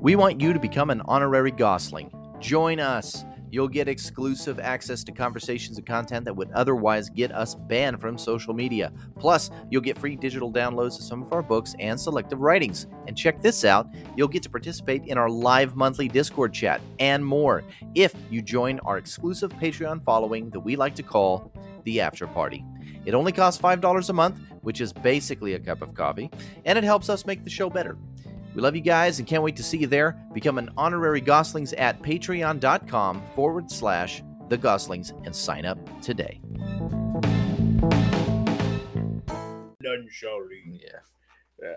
We want you to become an honorary Gosling. Join us. You'll get exclusive access to conversations and content that would otherwise get us banned from social media. Plus, you'll get free digital downloads of some of our books and selective writings. And check this out you'll get to participate in our live monthly Discord chat and more if you join our exclusive Patreon following that we like to call the After Party. It only costs $5 a month, which is basically a cup of coffee, and it helps us make the show better. We love you guys and can't wait to see you there. Become an honorary Goslings at patreon.com forward slash the Goslings and sign up today. None shall leave. Yeah, Yeah,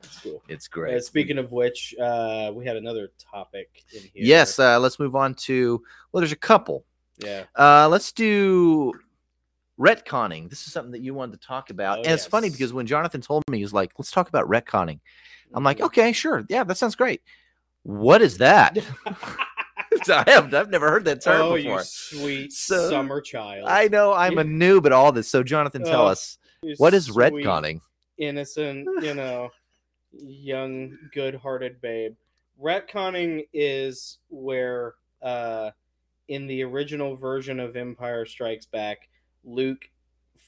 that's cool. it's Uh, great. speaking of which, uh, we had another topic in here. Yes, uh, let's move on to, well, there's a couple. Yeah. Uh, let's do retconning. This is something that you wanted to talk about. Oh, and it's funny yes. because when Jonathan told me, he was like, let's talk about retconning. I'm Oh, like, "Oh, okay, sure. Yeah, that sounds great. What is that? I have, I've never heard that term oh, before. you sweet So, summer child. I know I'm a noob at all this. So, Jonathan, tell Oh, us You what is sweet, retconning? Innocent, you know, young, good-hearted babe. Retconning is where, uh, in the original version of Empire Strikes Back, Luke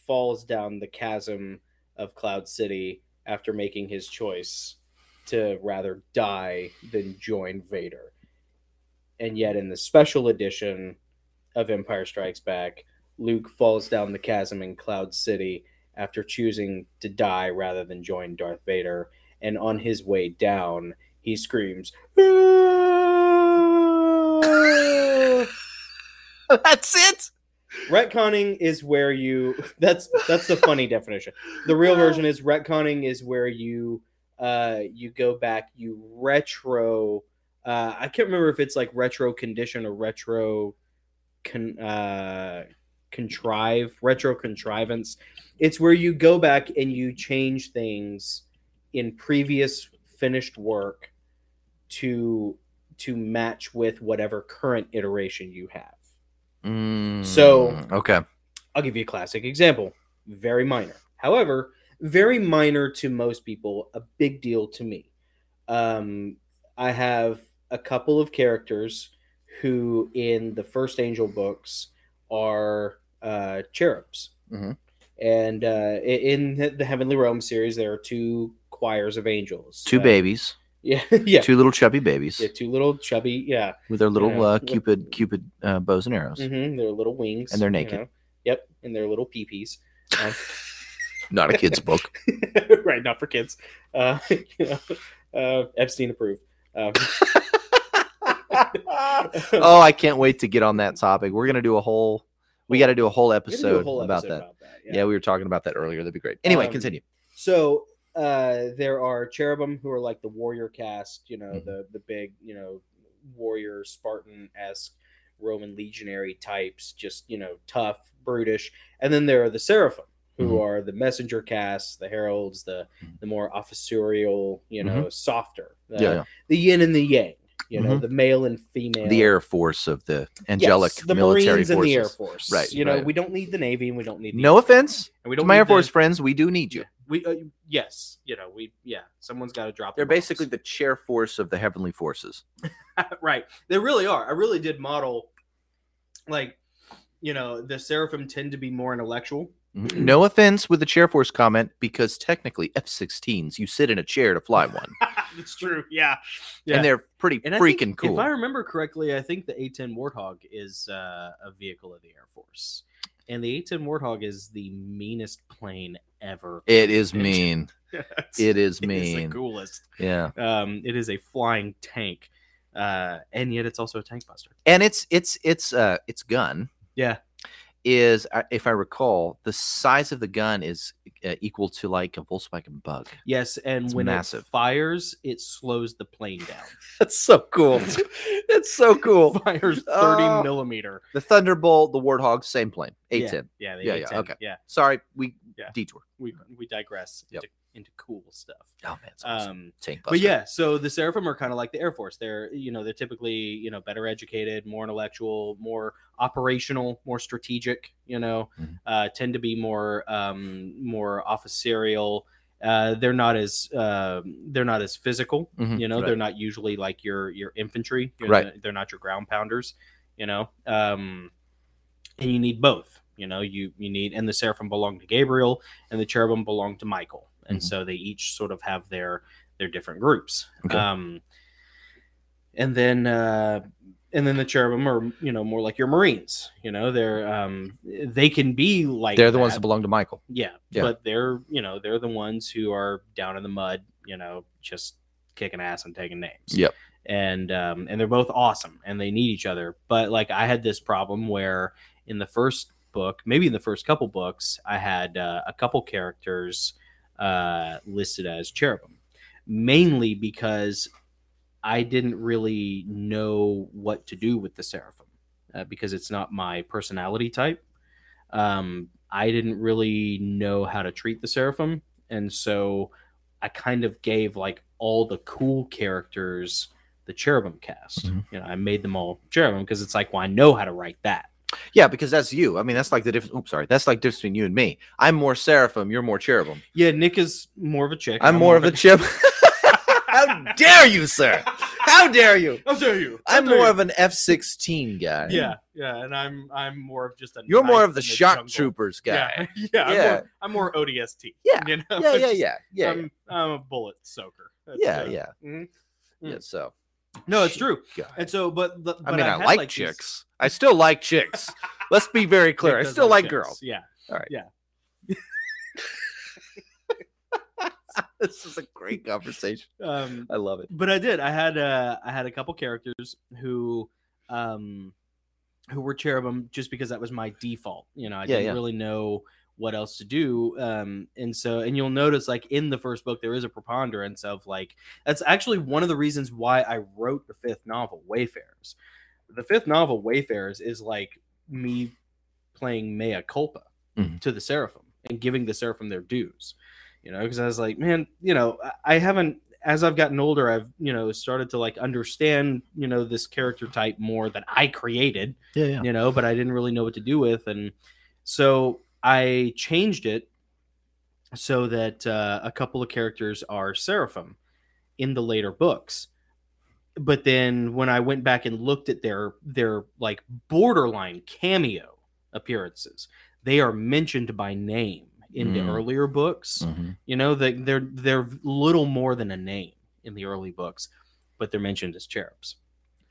falls down the chasm of Cloud City after making his choice to rather die than join Vader. And yet, in the special edition of Empire Strikes Back, Luke falls down the chasm in Cloud City after choosing to die rather than join Darth Vader. And on his way down, he screams, "Ah!" That's it. retconning is where you that's that's the funny definition the real version is retconning is where you uh you go back you retro uh i can't remember if it's like retro condition or retro con uh contrive retro contrivance it's where you go back and you change things in previous finished work to to match with whatever current iteration you have So- Mm, okay, I'll give you a classic example. Very minor. However, very minor to most people, a big deal to me. Um, I have a couple of characters who, in the first Angel books, are uh, cherubs. Mhm. And uh, i- in the- the Heavenly Realm series, there are two choirs of angels. two Uh, babies, Yeah, yeah. Two. two little chubby babies Yeah, two little chubby. Yeah. with their little yeah. uh, cupid cupid uh, bows and arrows. Mm-hmm, their little wings. And they're you naked. know. Yep. And their little peepees. Um, Not a kid's book. right, not for kids. Uh, you know, uh, Epstein approved. Um, Oh, I can't wait to get on that topic. We're gonna do a whole. We got to do a whole we're gonna do episode, a whole about episode that. yeah. yeah. we were talking about that earlier. That'd be great. Anyway, Um, continue. So uh, there are cherubim who are like the warrior caste, you know, Mm-hmm. the the big, you know, warrior Spartan esque Roman legionary types, just you know, tough, brutish. And then there are the seraphim, who Mhm. are the messenger casts, the heralds, the Mhm. the more officerial, you know, softer, the, Mm-hmm. yeah, the yin and the yang, you know, Mhm. the male and female, yeah. the Air Force of the angelic yes, the military Marines and forces. the Air Force. Right, You know, right. we don't need the Navy and we don't need the No offense and we to don't my need Air Force The, friends, we do need you. yeah, we uh, yes, you know, we yeah, someone's got to drop. They're the bombs. basically the chair force of the heavenly forces. right. They really are. I really did model, like, you know, the Seraphim tend to be more intellectual. Mm-hmm. No offense with the chair force comment, because technically F 16s, you sit in a chair to fly one, That's true. Yeah, yeah. and they're pretty And I freaking think, cool. If I remember correctly, I think the A-10 Warthog is uh, a vehicle of the Air Force, and the A-10 Warthog is the meanest plane ever. it is It's- mean. It's- It is it is mean. the coolest. yeah, Um, it is a flying tank, uh, and yet it's also a tank buster. and it's it's it's uh its gun Yeah, is, uh, if I recall, the size of the gun is uh, equal to like a Volkswagen Bug. yes, and It's when massive. it fires, it slows the plane down. That's so cool. That's so cool. fires thirty Oh. millimeter. The Thunderbolt, the Warthog, same plane, A10. Yeah, the Yeah, yeah, yeah, okay. yeah. Sorry, we Yeah. detour. We we digress Yep. into, into cool stuff. Oh man, it's awesome. Um, Tank but Buster. yeah, so the Seraphim are kind of like the Air Force. They're you know they're typically you know better educated, more intellectual, more operational, more strategic. You know, Mhm. uh, tend to be more um, more officerial, Uh, they're not as uh, they're not as physical. Mhm, You know, right. they're not usually like your your infantry. You're Right. not- they're not your ground pounders. You know, um, and you need both. You know, you you need and the seraphim belong to Gabriel, and the cherubim belong to Michael, and Mhm. so they each sort of have their their different groups. Okay. Um, and then uh, and then the cherubim are you know more like your marines. You know, they're um, they can be like They're the ones that that. belong to Michael. Yeah, Yeah. but they're you know they're the ones who are down in the mud, you know, just kicking ass and taking names. Yep. And um, and they're both awesome and they need each other. But like I had this problem where in the first book, maybe in the first couple books, I had uh, a couple characters uh, listed as cherubim, mainly because I didn't really know what to do with the seraphim uh, because it's not my personality type. Um, I didn't really know how to treat the seraphim, and so I kind of gave like all the cool characters the cherubim cast. Mhm. You know, I made them all cherubim because it's like, well, I know how to write that. Yeah, because that's you. I mean, that's like the difference. Oops, sorry. That's like difference between you and me. I'm more seraphim. You're more cherubim. Yeah, Nick is more of a chick. I'm more of a chip. How dare you, sir? How dare you? How dare you? How I'm dare more you? of an F-16 guy. yeah, yeah, and I'm I'm more of just a. You're more knife of the in shock jungle. troopers guy. Yeah, yeah, I'm, Yeah. More, I'm more ODST. Yeah, you know? Yeah, yeah, yeah, Just- yeah, yeah, I'm, I'm a bullet soaker. That's, yeah, uh, yeah. mhm. Yeah, So No, it's Shit, true. God. And so, but, but I but mean, I, had, like, these- chicks. I still like chicks. Let's be very clear. I does still like chicks. girls. Yeah. All right. Yeah. This is a great conversation. Um, I love it. but I did. I had uh, I had a couple characters who um who were cherubim just because that was my default. You know, I Yeah, didn't yeah. really know what else to do. Um and so and you'll notice like in the first book there is a preponderance of like that's actually one of the reasons why I wrote the fifth novel, Wayfarers. The fifth novel, Wayfarers, is like me playing mea culpa Mhm. to the seraphim and giving the seraphim their dues you know because i was like man you know I- i haven't as i've gotten older i've you know started to like understand you know this character type more that i created Yeah, yeah. you know, but I didn't really know what to do with. And so I changed it so that uh, a couple of characters are Seraphim in the later books. But then when I went back and looked at their their like borderline cameo appearances, they are mentioned by name in the Mm. earlier books. You know, they, they're they're little more than a name in the early books, but they're mentioned as cherubs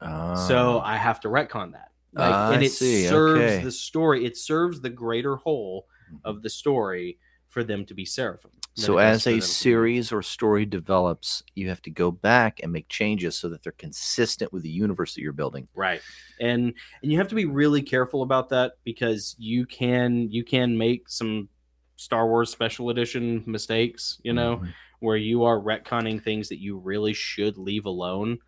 Mm-hmm. so I have to retcon that. Like, Um, Ah, and I it see. serves Okay. the story. It serves the greater whole of the story for them to be seraphim. than So it does as for them a to be- series or story develops, you have to go back and make changes so that they're consistent with the universe that you're building. right? And and you have to be really careful about that because you can you can make some Star Wars Special Edition mistakes. You know Mm-hmm. where you are retconning things that you really should leave alone.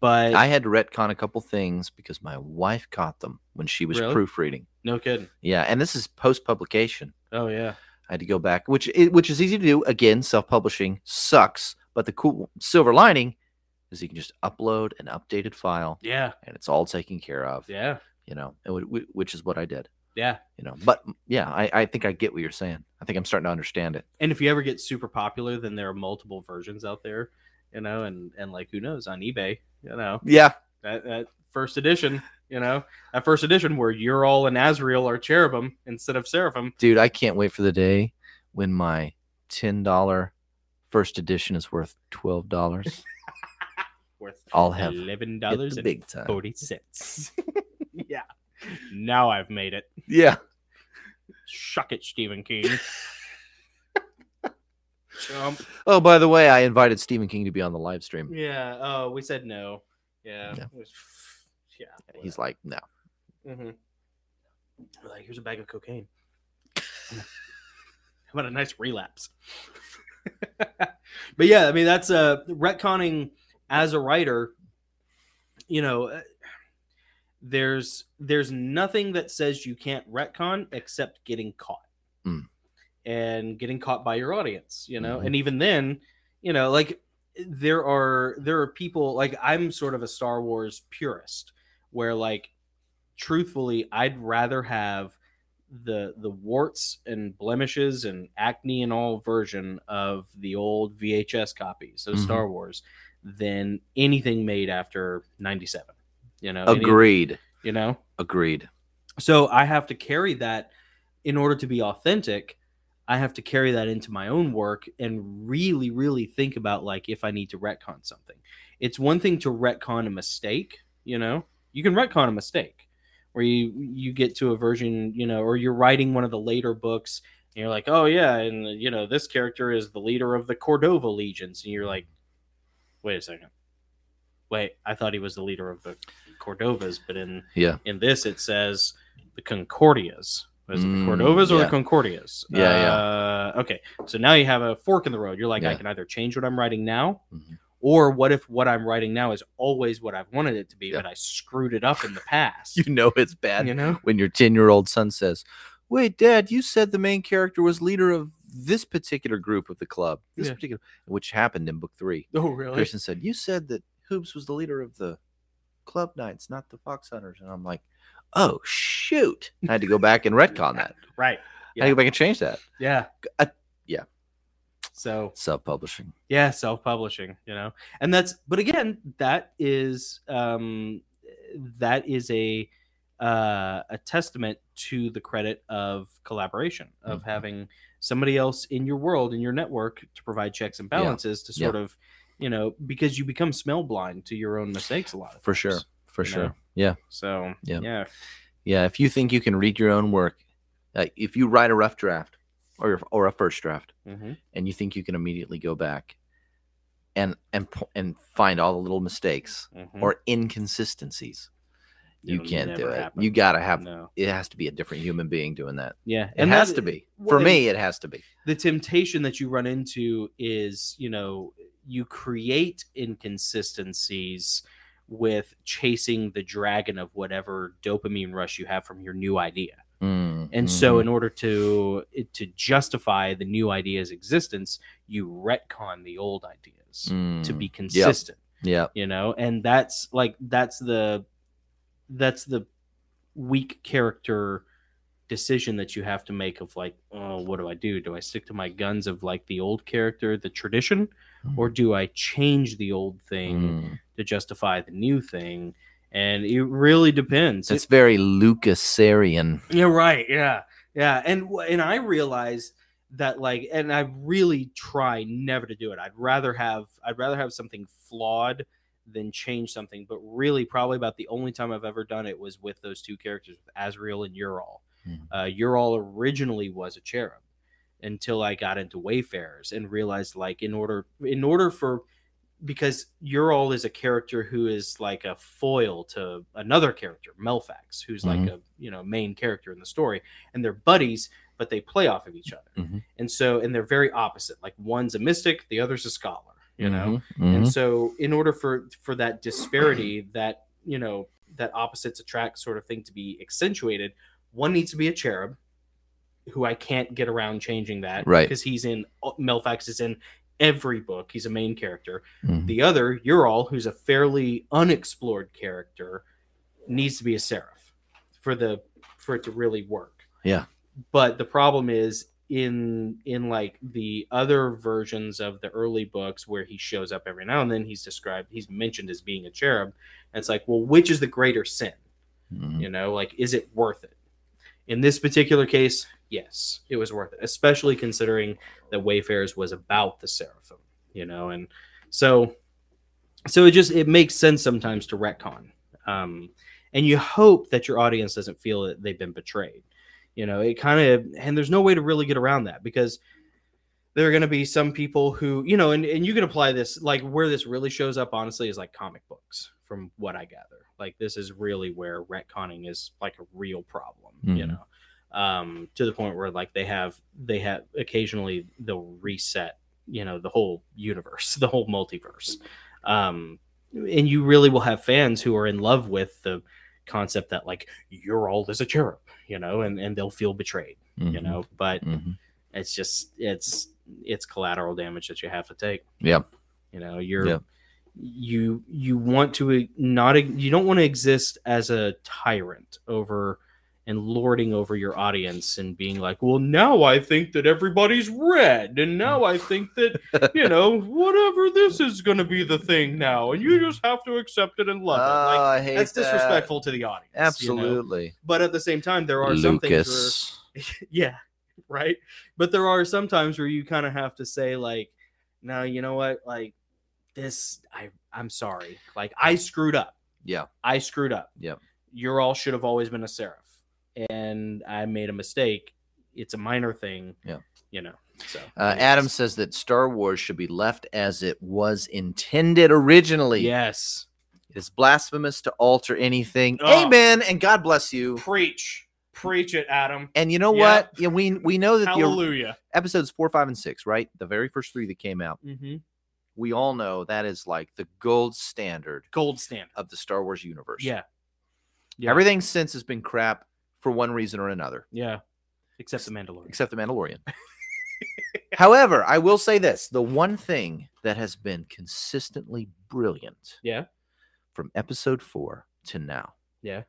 But I had to retcon a couple things because my wife caught them when she was Really? proofreading. no kidding. Yeah, and this is post publication. Oh yeah. I had to go back, which i- which is easy to do. Again, self publishing sucks, but the cool silver lining is you can just upload an updated file, Yeah. and it's all taken care of. Yeah. You know, and wh- wh- which is what I did. Yeah. You know, but yeah, I, I think I get what you're saying. I think I'm starting to understand it. and if you ever get super popular then there are multiple versions out there you know and and like who knows on ebay you know Yeah, that, that first edition you know that first edition where you're all in azrael or cherubim instead of seraphim dude i can't wait for the day when my $10 first edition is worth $12 worth i'll have hit eleven dollars the and big time forty cents yeah now i've made it yeah shuck it stephen king Chump. oh by the way i invited stephen king to be on the live stream yeah oh we said no yeah Yeah. it was- yeah he's like no Mm-hmm. Like, here's a bag of cocaine. How about a nice relapse? but yeah, I mean that's uh, retconning as a writer. You know, uh, there's there's nothing that says you can't retcon except getting caught Mm. and getting caught by your audience. You know, Mhm. and even then, you know, like there are there are people like I'm sort of a Star Wars purist where like truthfully I'd rather have the the warts and blemishes and acne and all version of the old VHS copies of Mhm. Star Wars than anything made after 97. You know, any- Agreed. you know, Agreed. so I have to carry that in order to be authentic. I have to carry that into my own work and really, really think about like if I need to retcon something. It's one thing to retcon a mistake, you know, you can retcon a mistake where you you get to a version, you know, or you're writing one of the later books and you're like, oh yeah, and you know this character is the leader of the Cordova legions, and you're like, wait a second, wait, I thought he was the leader of the Cordovas, but in Yeah. in this it says the Concordias. Was it the Mm, Cordovas or yeah. the Concordias? Yeah, yeah. Uh, okay, so now you have a fork in the road. You're like, I Yeah. can either change what I'm writing now, Mhm. or what if what I'm writing now is always what I've wanted it to be, Yeah. but I screwed it up in the past. You know it's bad you know? when your 10 year old son says, Wait, Dad, you said the main character was leader of this particular group of the club, this Yeah. particular, which happened in book three. Oh, really? Christian said, You said that Hoops was the leader of the club knights, not the fox hunters. And I'm like, Oh, shoot. I had to go back and retcon that. Right. I had Yeah. to go back and change that. Yeah. Uh, yeah. So Sub publishing. yeah self-publishing you know and that's but again that is um that is a uh a testament to the credit of collaboration of Mhm. having somebody else in your world in your network to provide checks and Yeah. balances to sort of you know because you become smell blind to your own mistakes a lot of For times. sure. For you know? sure. Yeah. so Yeah. yeah yeah Yeah. If you think you can read your own work, uh, if you write a rough draft or, or a first draft, Mhm. and you think you can immediately go back and and po- and find all the little mistakes Mhm. or inconsistencies you It'll can't do never it happen. you gotta have no it has to be a different human being doing that yeah it has that- to be well, for and- me it has to be the temptation that you run into is you know you create inconsistencies with chasing the dragon of whatever dopamine rush you have from your new idea and so Mm-hmm. in order to to justify the new idea's existence you retcon the old ideas Mm-hmm. to be consistent yeah you know and that's like that's the that's the weak character decision that you have to make of like oh what do i do do i stick to my guns of like the old character the tradition or do i change the old Mm-hmm. thing to justify the new thing and it really depends it's very lucasarian yeah, right. Yeah, yeah. And wh- and I realized that like, and I really try never to do it. I'd rather have I'd rather have something flawed than change something. But really, probably about the only time I've ever done it was with those two characters, with Azrael and Ural. Mhm. Uh, Ural originally was a cherub until I got into Wayfarers and realized like in order in order for because Ural is a character who is like a foil to another character, Melfax, who's like a you know main character in the story, and they're buddies, but they play off of each other, Mhm. and so and they're very opposite. Like one's a mystic, the other's a scholar, you know. Mm-hmm. And so, in order for for that disparity, that you know that opposites attract sort of thing to be accentuated, one needs to be a cherub, who I can't get around changing that, Right. Because he's in Melfax is in every book. He's a main character. Mhm. The other, Ural, who's a fairly unexplored character, needs to be a seraph for the for it to really work. Yeah. But the problem is in in like the other versions of the early books where he shows up every now and then he's described he's mentioned as being a cherub and it's like well which is the greater sin Mhm. you know like is it worth it in this particular case yes it was worth it especially considering that wayfarers was about the seraphim you know and so so it just it makes sense sometimes to retcon um and you hope that your audience doesn't feel that they've been betrayed you know it kind of and there's no way to really get around that because there are going to be some people who you know and, and you can apply this like where this really shows up honestly is like comic books from what i gather like this is really where retconning is like a real problem you Mhm. know um to the point where like they have they have occasionally they'll reset you know the whole universe the whole multiverse um and you really will have fans who are in love with the concept that like you're old as a cherub you know and and they'll feel betrayed you Mhm. know but Mhm. it's just it's it's collateral damage that you have to take Yeah. you know you're Yeah. you e, you want to not you don't want to exist as a tyrant over and lording over your audience and being like, well, now I think that everybody's red. And now I think that, you know, whatever this is going to be the thing now. And you just have to accept it and love it. Oh, Like, I hate That's that. disrespectful to the audience. you know? Absolutely. But at the same time, there are some things where Lucas. yeah right but there are some times where you kind of have to say like no you know what like this i i'm sorry like i screwed up Yeah. i screwed up Yep. your all should have always been a seraph and i made a mistake it's a minor thing Yeah. you know so Uh, Adam says that Star Wars should be left as it was intended originally. yes It is blasphemous to alter anything. Oh. Amen. And God bless you. preach preach it adam And you know Yeah. what? Yeah, we we know that the hallelujah episodes four, five, and six, right? The very first three that came out. mm-hmm. We all know that is like the gold standard gold standard of the Star Wars universe. Yeah. yeah. Everything since has been crap for one reason or another, Yeah. Except the Mandalorian. except The Mandalorian. However, I will say this the one thing that has been consistently brilliant Yeah. from episode four to now Yeah.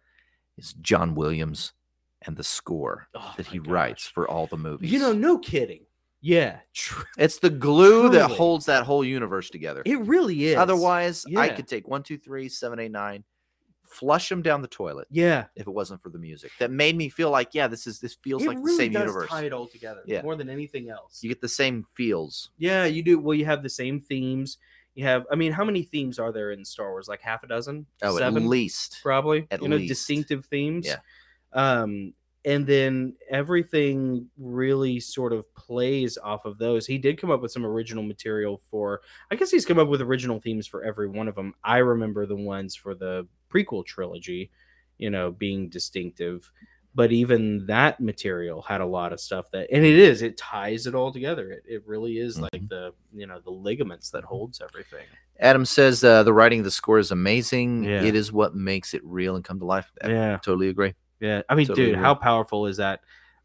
is John Williams and the score Oh that my he gosh. writes for all the movies. You know, no kidding. Yeah. Tr- It's the glue that Truly. holds that whole universe together. It really is. Otherwise, I Yeah. could take one, two, three, seven, eight, nine, flush them down the toilet Yeah. if it wasn't for the music that made me feel like, yeah, this is this feels It like the really same does universe. tie it all together Yeah. more than anything else You get the same feels. Yeah, you do. Well, you have the same themes. You have, I mean, how many themes are there in Star Wars? Like half a dozen? Oh, Seven, at least probably. at you know, least. distinctive themes. Yeah. Um, and then everything really sort of plays off of those. He did come up with some original material for. I guess he's come up with original themes for every one of them. I remember the ones for the prequel trilogy, you know, being distinctive. But even that material had a lot of stuff that, and it is, it ties it all together. It, it really is like Mhm. the, you know, the ligaments that holds everything. Adam says uh, the writing of the score is amazing. Yeah. It is what makes it real and come to life. I Yeah. totally agree. Yeah, I mean, Totally dude, agree. how powerful is that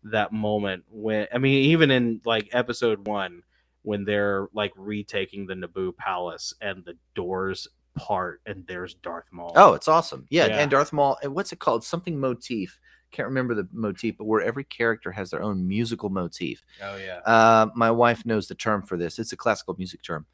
that moment when I mean, even in like episode one, when they're like retaking the Naboo palace and the doors part and there's Darth Maul. Oh, it's awesome. Yeah, Yeah. and Darth Maul. And what's it called? Something motif. Can't remember the motif, but where every character has their own musical motif. oh yeah, Uh, my wife knows the term for this. It's a classical music term.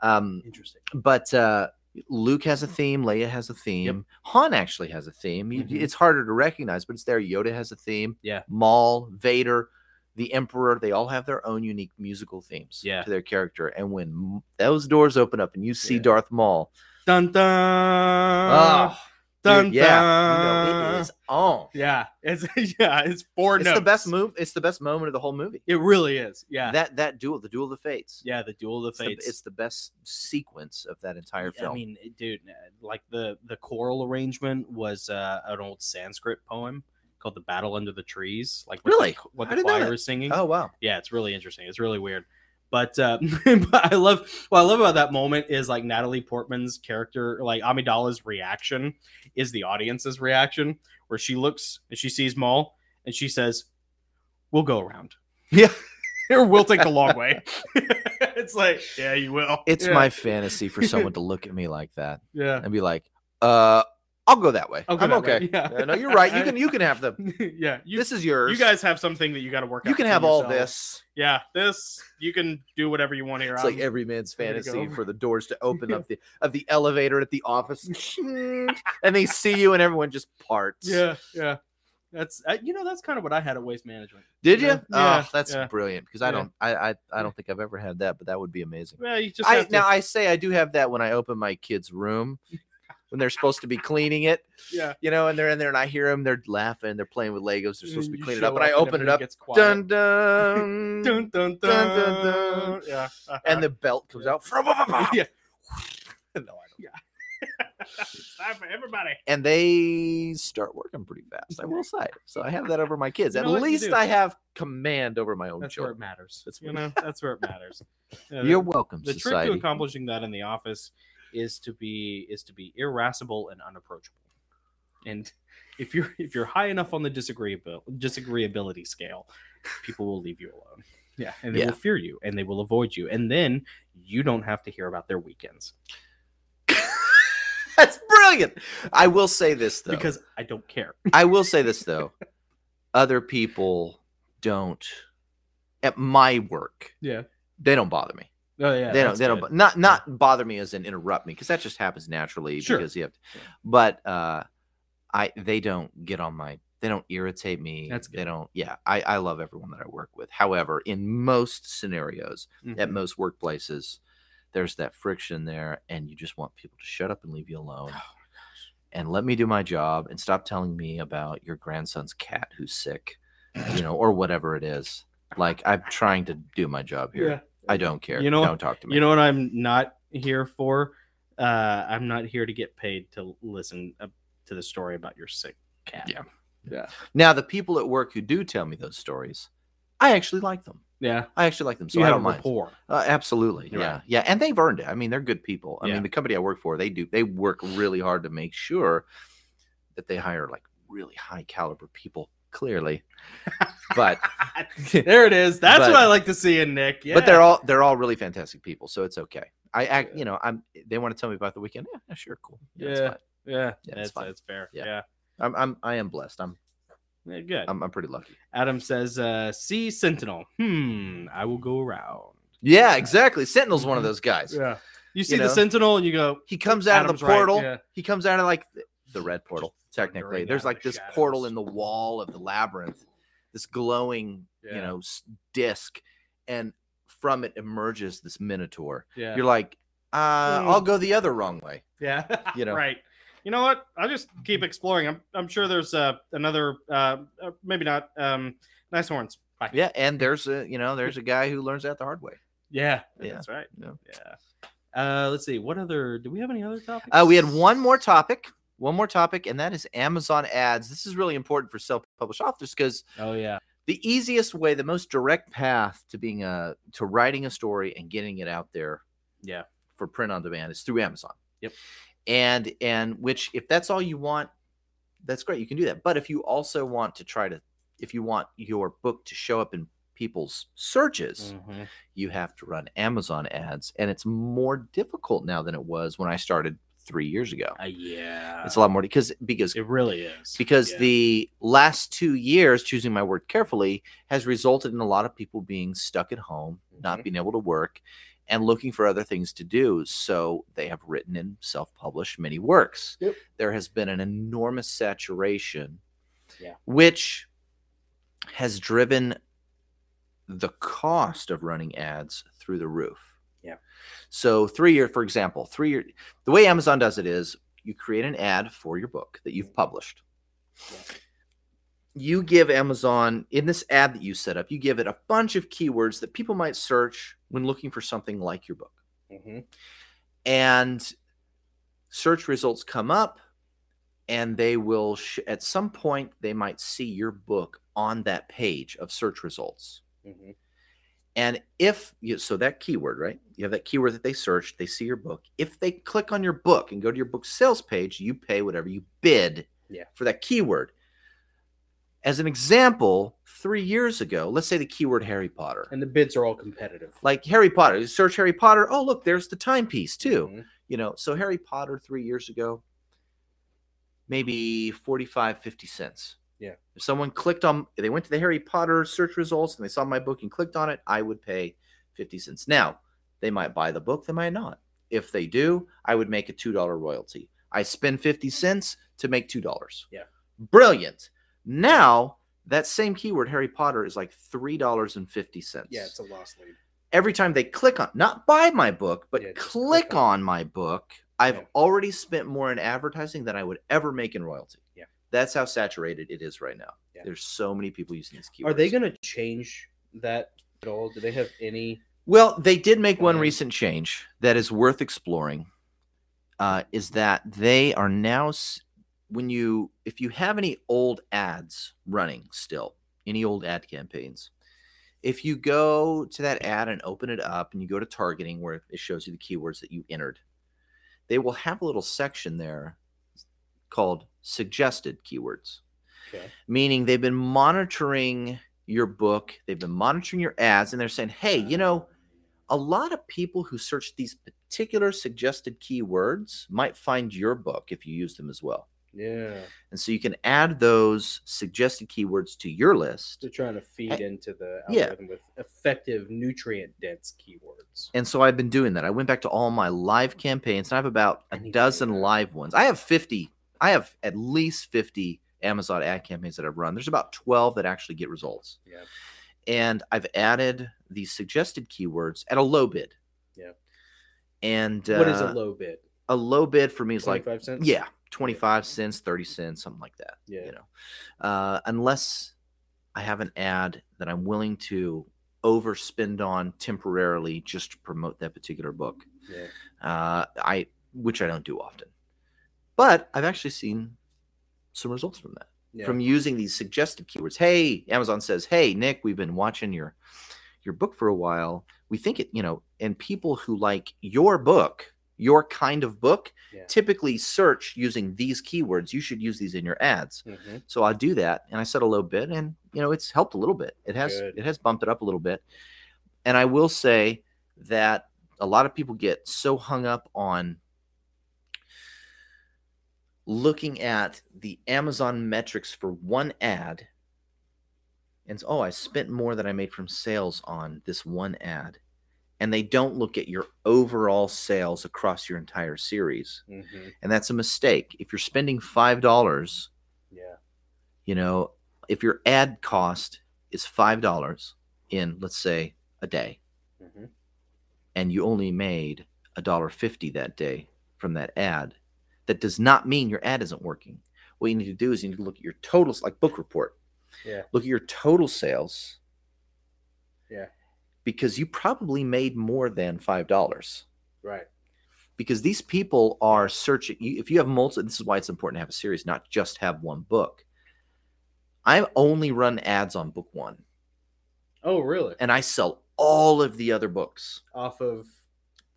Um, interesting. but uh, Luke has a Mm-hmm. theme. Leia has a theme. Han actually has a theme. You- Mhm. It's harder to recognize, but it's there. Yoda has a theme. Yeah. Maul, Vader, the Emperor. They all have their own unique musical themes. Yeah. To their character, and when m- those doors open up and you see Yeah. Darth Maul, Dun dun. oh, dun dude, yeah, you know, dun. it is on. Yeah, it's yeah, it's four It's notes. the best move. It's the best moment of the whole movie. It really is. Yeah, That that duel, the duel of the fates. yeah, the duel of It's the the, fates. it's the best sequence of that entire I film. mean, dude, uh, like the the choral arrangement was uh, an old Sanskrit poem called "The Battle Under the Trees." Like what the- Really? what I the didn't know choir that. is singing. oh wow! Yeah, it's really interesting. It's really weird. But, uh, but I love what I love about that moment is like Natalie Portman's character, like Amidala's reaction is the audience's reaction, where she looks and she sees Maul and she says, "We'll go around." Yeah. or we'll take the long way. it's like, yeah, you will. It's Yeah. my fantasy for someone to look at me like that yeah. and be like, "Uh, I'll go that way. I'll go I'm that way. okay." Yeah. Yeah, no, you're right. You can you can have the. yeah, you, this is yours. you guys have something that you got to work. You out can for have all yourselves. this. Yeah, this you can do whatever you want here. It's I'm- like every man's I'm gonna fantasy Um, go. for the doors to open up the of the elevator at the office, and they see you, and everyone just parts. yeah, yeah. That's uh, you know that's kind of what I had at waste management. Did you? Yeah. Yeah, oh, that's yeah. brilliant because Yeah. I don't, I, I, I Yeah. don't think I've ever had that, but that would be amazing. Well, you just I, have to- now I say I do have that when I open my kid's room when they're supposed to be cleaning it, yeah. you know, and they're in there and I hear them, they're laughing, they're playing with Legos, they're supposed to be Mm, You cleaning it up, show and I open it everything up, gets dun quiet. dun, dun dun dun dun, dun. Yeah, uh-huh. and the belt comes Yeah. out, "Fra- ba- ba- ba." yeah. No, I don't. It's time for everybody. and they start working pretty fast. I will say, so I have that over my kids. You At know what? You least do. I have command over my own That's where it children. matters. That's you what- know that's where it matters. Yeah, You're welcome, the society. trick to accomplishing that in the office is to be is to be irascible and unapproachable and if you're if you're high enough on the disagreeable disagreeability scale people will leave you alone yeah and they Yeah. will fear you and they will avoid you and then you don't have to hear about their weekends That's brilliant. I will say this though, because i don't care I will say this though. other people don't at my work. Yeah. They don't bother me. Oh yeah. they don't that's they don't good. bo- not not bother me as in interrupt me because that just happens naturally Sure. because you have but uh I they don't get on my they don't irritate me. That's They good. don't yeah, I, I love everyone that I work with. However, in most scenarios, at Mhm. most workplaces, there's that friction there, and you just want people to shut up and leave you alone. Oh And let me do my job and stop telling me about your grandson's cat who's sick, you know, or whatever it is. Like I'm trying to do my job here. Yeah. I don't care. You know- don't talk to me. You know what I'm not here for? Uh, I'm not here to get paid to listen uh, to the story about your sick cat. Yeah. Yeah. now the people at work who do tell me those stories, I actually like them. Yeah. I actually like them, so you I have don't a mind. rapport. Uh, absolutely. You're yeah. right. Yeah. And they've earned it. I mean, they're good people. I Yeah. mean, the company I work for, they do, they work really hard to make sure that they hire like really high caliber people, clearly. But, there it is. That's But- what I like to see in Nick. Yeah. but they're all, they're all really fantastic people. So it's okay. I act, you know, I'm, they want to tell me about the weekend. Yeah. yeah, Sure. Cool. it's Yeah. fine. Yeah. Yeah, it's that's, fine. that's fair. Yeah. Um, Yeah. I'm, I'm, I am blessed. I'm, Yeah, Good. I'm, I'm pretty lucky. Adam says, uh, see Sentinel. Hmm. I will go around. Yeah. Exactly. Sentinel's Mm-hmm. one of those guys. Yeah. You see know? the Sentinel and you go, He comes out Adam's of the right, portal. yeah. He comes out of like th- the red portal, technically. thundering There's out of like the this portal shadows. in the wall of the labyrinth, this glowing, you Yeah. know, s- disc, and from it emerges this minotaur. yeah. You're like, uh, Hmm. I'll go the other wrong way. Yeah. You know. Right. You know what? I'll just keep exploring. I'm, I'm sure there's uh, another, uh, uh, maybe not. Um, nice horns. Bye. Yeah, and there's a, you know, there's a guy who learns that the hard way. Yeah. Yeah. That's right. No. Yeah. Uh, let's see. What other? Do we have any other topics? Uh, we had one more topic, one more topic, and that is Amazon ads. This is really important for self-published authors because Oh yeah. the easiest way the most direct path to being a to writing a story and getting it out there Yeah. for print on demand is through amazon Yep. and and which if that's all you want that's great you can do that but if you also want to try to if you want your book to show up in people's searches Mhm. you have to run amazon ads and it's more difficult now than it was when i started three years ago Uh, yeah. it's a lot more because because It really is because Yeah. the last two years, choosing my word carefully, has resulted in a lot of people being stuck at home, not Mhm. being able to work, and looking for other things to do. So they have written and self published many works. Yep. There has been an enormous saturation, Yeah. which has driven the cost of running ads through the roof. Yeah. So three year, for example, three year the way Amazon does it is you create an ad for your book that you've Mm-hmm. published. Yeah. You give Amazon in this ad that you set up, you give it a bunch of keywords that people might search when looking for something like your book. Mm-hmm, Mhm. And search results come up and they will sh- at some point they might see your book on that page of search results. mm-hmm. Mhm. And if you so that keyword, right? You have that keyword that they searched, they see your book. If they click on your book and go to your book sales page, you pay whatever you bid Yeah. for that keyword. As an example, three years ago, let's say the keyword Harry Potter. And the bids are all competitive. like Harry Potter, you search Harry Potter. Oh, look, there's the timepiece too. Mm-hmm. Mhm. You know, so Harry Potter three years ago, maybe 45, 50 cents. Yeah. If someone clicked on, they went to the Harry Potter search results and they saw my book and clicked on it, I would pay 50 cents. Now, they might buy the book, they might not. If they do, I would make a $2 royalty. I spend 50 cents to make $2. Yeah. Brilliant. Now, that same keyword, Harry Potter, is like $3.50 Yeah, it's a loss lead. every time they click on not buy my book but Yeah, just click, click on. my book i've Yeah. already spent more in advertising than i would ever make in royalty Yeah. that's how saturated it is right now Yeah. there's so many people using these keywords Are they going to change that at all? Do they have any? well they did make one Mhm. recent change that is worth exploring uh, is that they are now s- when you if you have any old ads running still any old ad campaigns if you go to that ad and open it up and you go to targeting where it shows you the keywords that you entered they will have a little section there called suggested keywords Okay. meaning they've been monitoring your book they've been monitoring your ads and they're saying hey you know a lot of people who search these particular suggested keywords might find your book if you use them as well Yeah. And so you can add those suggested keywords to your list. They're trying to feed into the Yeah. algorithm with effective nutrient dense keywords. And so I've been doing that. I went back to all my live campaigns and I have about a I need to do dozen that. live ones. I have 50. I have at least 50 Amazon ad campaigns that I've run. There's about 12 that actually get results. Yeah. And I've added the suggested keywords at a low bid. Yeah. And what is a uh, low bid? a low bid for me is like 25 cents? yeah, 25 cents, 30 cents, something like that. Yeah. You know, uh, unless I have an ad that I'm willing to overspend on temporarily just to promote that particular book, Yeah. uh, I which I don't do often. But I've actually seen some results from that, Yeah. from using these suggested keywords. Hey, Amazon says, hey, Nick, we've been watching your your book for a while. We think it, you know, and people who like your book, your kind of book, Yeah. typically search using these keywords. You should use these in your ads. Mhm. So I do that, and I set a low bid, and you know, it's helped a little bit. It has Good. it has bumped it up a little bit. And I will say that a lot of people get so hung up on looking at the Amazon metrics for one ad and it's, oh, I spent more than I made from sales on this one ad. And they don't look at your overall sales across your entire series. Mhm. And that's a mistake. If you're spending $5, Yeah. you know, if your ad cost is $5 in, let's say, a day, Mhm. and you only made $1.50 that day from that ad, that does not mean your ad isn't working. What you need to do is you need to look at your totals, like book report. Yeah. Look at your total sales. Yeah. Because you probably made more than $5 Right. because these people are searching. You, if you have multiple, this is why it's important to have a series, not just have one book. I only run ads on book one, Oh, really? and I sell all of the other books. Off of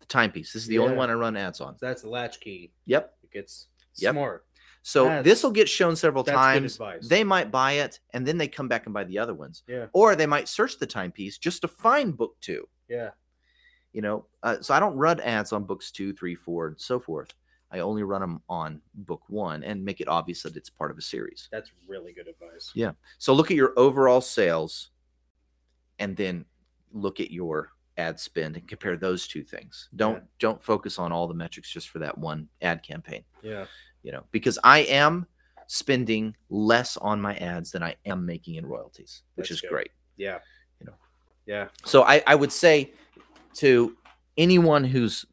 The timepiece. This is the only Yeah. one I run ads on. that's the latchkey. Yep. It gets Yep. smart. So That's- this will get shown several that's good times. advice. They might buy it, and then they come back and buy the other ones, Yeah. or they might search the timepiece just to find book two. Yeah. You know, uh, so I don't run ads on books two, three, four, and so forth. I only run them on book one and make it obvious that it's part of a series. That's really good advice. So look at your overall sales and then look at your ad spend and compare those two things. Don't don't focus on all the metrics just for that one ad campaign, Yeah. you know, because I am spending less on my ads than I am making in royalties, which That's is good. great. Yeah. You know. Yeah. So I, I would say to anyone who's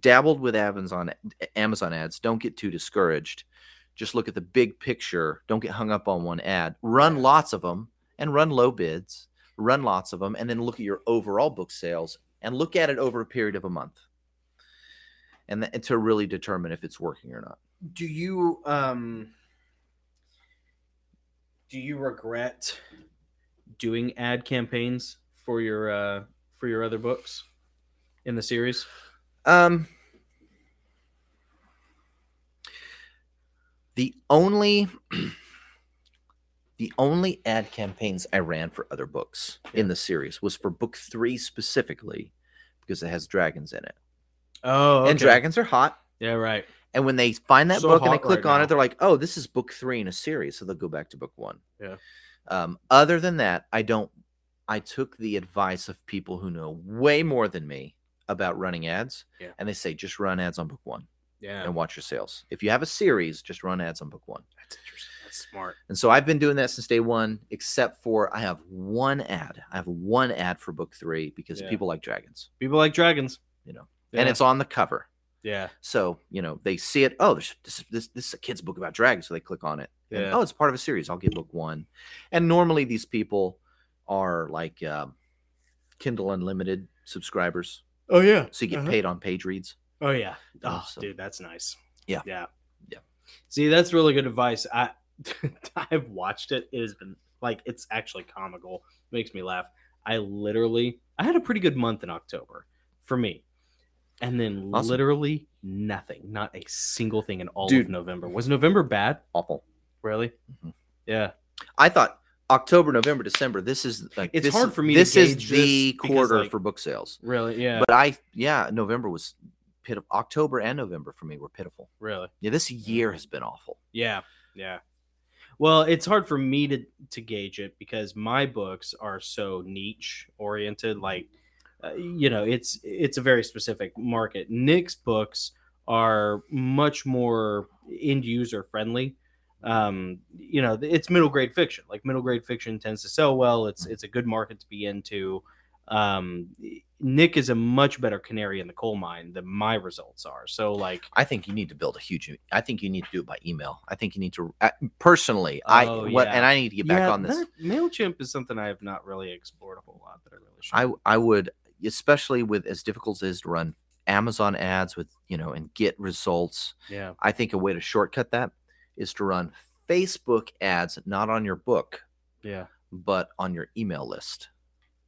dabbled with Amazon Amazon ads, don't get too discouraged. Just look at the big picture. Don't get hung up on one ad. Run lots of them and run low bids. Run lots of them and then look at your overall book sales and look at it over a period of a month. And, th- and to really determine if it's working or not. do you um do you regret doing ad campaigns for your uh for your other books in the series Um, the only the only ad campaigns I ran for other books in the series was for book three specifically because it has dragons in it, oh and dragons are hot. yeah right And when they find that So book and they hot right click on now. it, they're like, "Oh, this is book three in a series," so they'll go back to book one. Yeah. Um, other than that, I don't. I took the advice of people who know way more than me about running ads, Yeah. and they say just run ads on book one yeah and watch your sales. If you have a series, just run ads on book one. that's interesting that's smart And so I've been doing that since day one, except for I have one ad. I have one ad for book three because Yeah. people like dragons, People like dragons. you know, Yeah. and it's on the cover. yeah. So you know they see it. Oh, there's, this this this is a kid's book about dragons. So they click on it. And, Yeah. oh, it's part of a series. I'll get book one. And normally these people are like um Kindle Unlimited subscribers, Oh yeah. so you get Uh-huh. paid on page reads. Oh yeah. Oh, Awesome. dude, that's nice. Yeah. Yeah. Yeah. See, that's really good advice. I I've watched it. It has been like it's actually comical. makes me laugh. I literally I had a pretty good month in October for me. And then Awesome. literally nothing. Not a single thing in all Dude. of November. Was November bad? Awful. Really? Mhm. Yeah. I thought October, November, December. This is like It's this hard is- for me to This is gauge the this because, quarter like- for book sales. Really? Yeah. But I yeah, November was pitiful. October and November for me were pitiful. Really? Yeah, this year Mm. has been awful. Yeah. Yeah. Well, it's hard for me to, to gauge it because my books are so niche oriented. Like, uh, you know, it's it's a very specific market. Nick's books are much more end user friendly. Um, you know, it's middle grade fiction. Like middle grade fiction tends to sell well. It's it's a good market to be into. Um, Nick is a much better canary in the coal mine than my results are. So like, I think you need to build a huge. e, I think you need to do it by email. I think you need to I- personally. I Oh, what yeah. and I need to get back yeah, on this. that- Mailchimp is something I have not really explored a whole lot that I really should. I I would especially with as difficult as it is to run Amazon ads with you know and get results. yeah. I think a way to shortcut that is to run Facebook ads, not on your book, Yeah. but on your email list.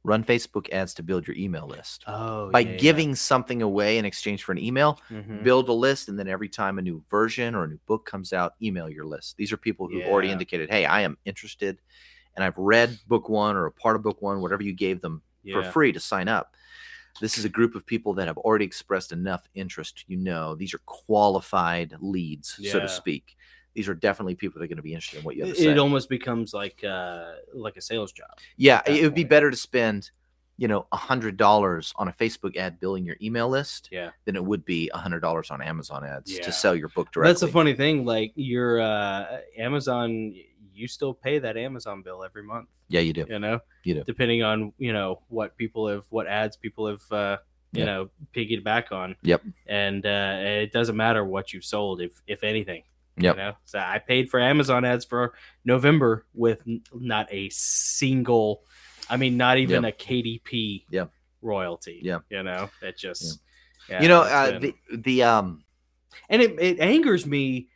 Run Facebook ads to build your email list. Oh, By giving something away in exchange for an email, Mm-hmm. build a list, and then every time a new version or a new book comes out, email your list. These are people who've already Yeah. indicated, hey, I am interested and I've read book one or a part of book one, whatever you gave them for free to sign up. This is a group of people that have already expressed enough interest. You know, these are qualified leads, so Yeah. to speak. These are definitely people that are going to be interested in what you have to It, say. it almost becomes like uh like a sales job. yeah, that it would be point. better to spend, you know, a hundred dollars on a Facebook ad building your email list Yeah. than it would be a hundred dollars on Amazon ads Yeah. to sell your book directly. That's the funny thing. Like your uh Amazon you still pay that Amazon bill every month. yeah, you do. You know? You do. Depending on, you know, what people have what ads people have uh you Yeah. know, piggied back on. Yep. And uh it doesn't matter what you've sold, if if anything. Yep. You know? So I paid for Amazon ads for November with n- not a single I mean not even a KDP Yep. royalty. Yeah. You know, it just yeah, you know, it's uh, been- the the um and it, it angers me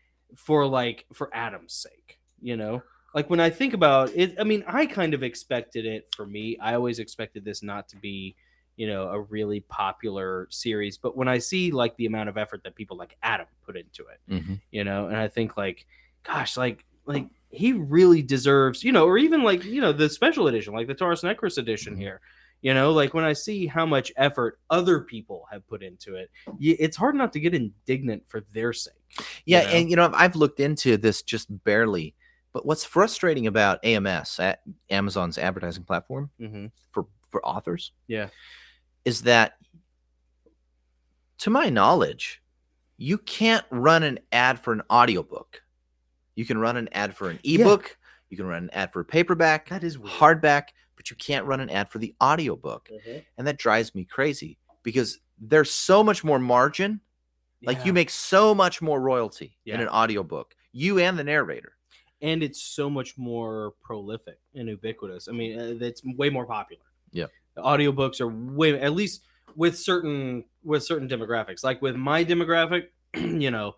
for like for adam's sake you know like when i think about it i mean i kind of expected it for me i always expected this not to be you know a really popular series but when i see like the amount of effort that people like adam put into it mhm. you know and i think like gosh like like he really deserves you know or even like you know the special edition like the taurus necrus edition Mhm. here you know like when i see how much effort other people have put into it y- it's hard not to get indignant for their sake yeah, know? and you know, I've- I've looked into this just barely. But what's frustrating about AMS, at Amazon's advertising platform, mm-hmm. for for authors Yeah. is that to my knowledge you can't run an ad for an audiobook you can run an ad for an ebook you can run an ad for a paperback that is weird. hardback but you can't run an ad for the audiobook and that drives me crazy because there's so much more margin like you Yeah. make so much more royalty in Yeah. an audiobook you and the narrator and it's so much more prolific and ubiquitous. I mean, uh, it's way more popular. Yeah. The audiobooks are way at least with certain with certain demographics. Like with my demographic, you know,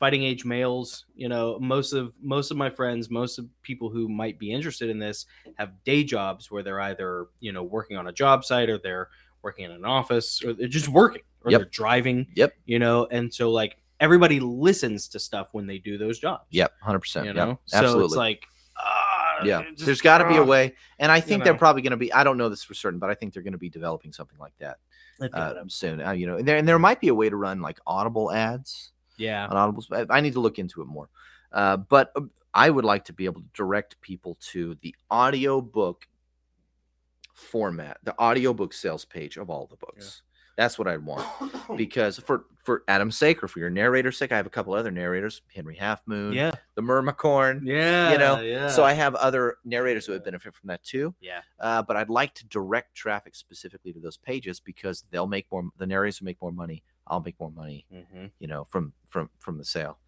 fighting age males, you know, most of most of my friends, most of people who might be interested in this have day jobs where they're either, you know, working on a job site or they're working in an office or they're just working or Yep. they're driving, yep you know, and so like everybody listens to stuff when they do those jobs yep 100% you yep, know so absolutely it's like ah, yeah just- there's got to be a ah. way and i think they're know. probably going to be i don't know this for certain but i think they're going to be developing something like that I've uh, got 'em. soon uh, you know and there, and there might be a way to run like audible ads yeah on audibles I- i need to look into it more uh, but um, i would like to be able to direct people to the audiobook format the audiobook sales page of all the books that's what i'd want Oh. because for for adam's sake or for your narrator's sake i have a couple other narrators henry halfmoon yeah the myrmicorn yeah know, yeah. so I have other narrators who would benefit from that too. Yeah. Uh, but I'd like to direct traffic specifically to those pages because they'll make more. The narrators will make more money. I'll make more money. Mhm. You know, from from from the sale.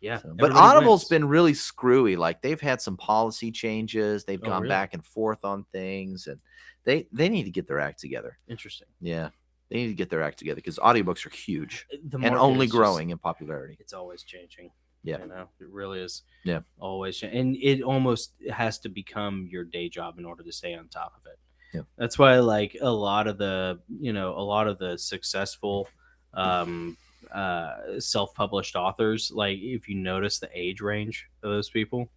yeah So- but everybody Audible's wins. been really screwy. Like they've had some policy changes. They've Oh, gone really? back and forth on things, and they they need to get their act together. interesting Yeah, they need to get their act together because audiobooks are huge the and market only is just- growing in popularity. it's always changing Yeah. you know it really is Yeah. always cha- and it almost has to become your day job in order to stay on top of it Yeah. that's why like a lot of the you know a lot of the successful um uh self-published authors like if you notice the age range of those people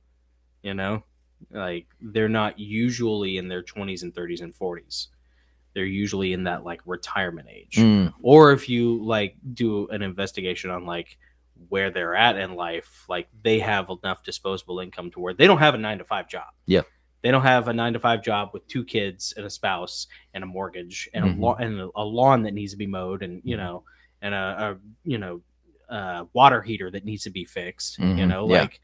you know like they're not usually in their 20s and 30s and 40s they're usually in that like retirement age. Mm, Or if you like do an investigation on like where they're at in life, like they have enough disposable income to where they don't have a nine to five job. Yeah. They don't have a nine to five job with two kids and a spouse and a mortgage and Mhm. a lawn and a lawn that needs to be mowed and Mm-hmm. you know and a, a you know uh, water heater that needs to be fixed. You Mhm. know, Yeah. like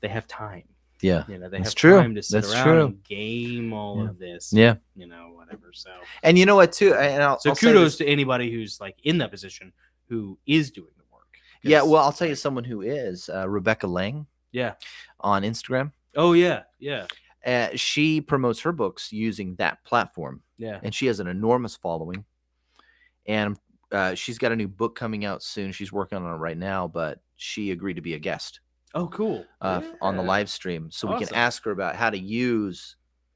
they have time. yeah. You know, they That's have true. time to sit That's around true. and game all Yeah. of this. Yeah. You know, whatever. So And you know what, too? And I'll, so I'll say kudos this- to anybody who's like in that position who is doing the work. 'Cause- Yeah, well, I'll tell you someone who is uh, Rebecca Lang Yeah. on Instagram. Oh yeah. Yeah. Uh, she promotes her books using that platform, Yeah. and she has an enormous following. And uh, she's got a new book coming out soon. She's working on it right now, but she agreed to be a guest Oh cool. uh, f- on the Yeah. live stream, so we can Awesome. ask her about how to use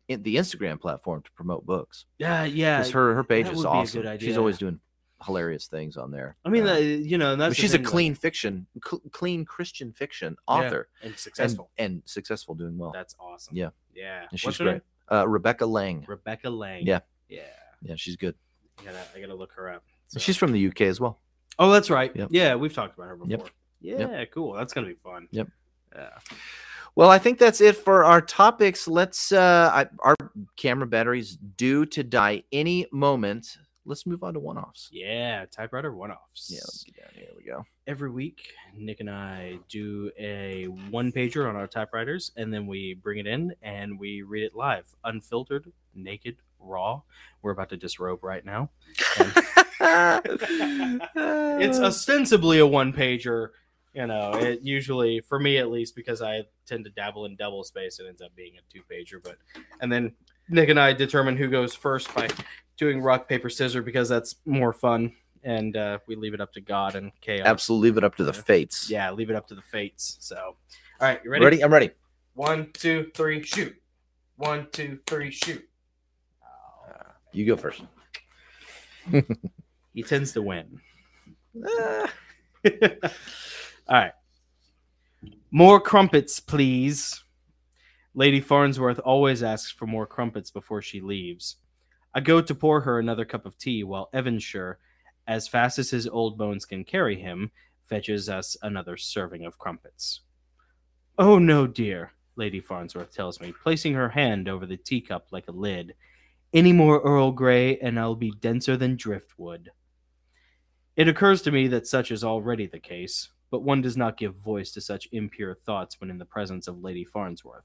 in the Instagram platform to promote books. Yeah. Yeah. Because her her page that is would be a awesome. good She's idea. always doing hilarious things on there. I mean, Uh, that you I know, and mean, that's the she's a thing, like, clean fiction, cl- clean Christian fiction Yeah. author, and and- successful. and, successful, doing well. That's awesome. Yeah. Yeah. And she's What's her great. name? Uh, Rebecca Lang. Rebecca Lang. Yeah. Yeah. Yeah, she's good. I gotta, I gotta look her up. So- She's from the UK as well. Oh, that's right. Yep. Yeah, we've talked about her Yep. before. Yeah, cool. That's gonna be fun. Yep. Yeah. Well, I think that's it for our topics. Let's uh I, our camera batteries due to die any moment. Let's move on to one-offs. Yeah. Typewriter one-offs. Yeah, let's get down here. We go. every week nick and i do a one pager on our typewriters and then we bring it in and we read it live unfiltered naked raw we're about to disrobe right now it's it's ostensibly a one pager you know it usually for me at least because i tend to dabble in double space it ends up being a two pager but and then nick and i determine who goes first by doing rock paper scissors because that's more fun and uh, we leave it up to god and chaos absolutely leave it up to the Yeah. fates. yeah, leave it up to the fates. So, all right, you ready? Ready? I'm ready. One, two, three, shoot. One, two, three, shoot. You go first. He tends to win. Ah. all right. More crumpets, please. Lady Farnsworth always asks for more crumpets before she leaves. I go to pour her another cup of tea while Evanshire, as fast as his old bones can carry him, fetches us another serving of crumpets. Oh no, dear, Lady Farnsworth tells me, placing her hand over the teacup like a lid. Any more Earl Grey, and I'll be denser than driftwood. It occurs to me that such is already the case, but one does not give voice to such impure thoughts when in the presence of Lady Farnsworth.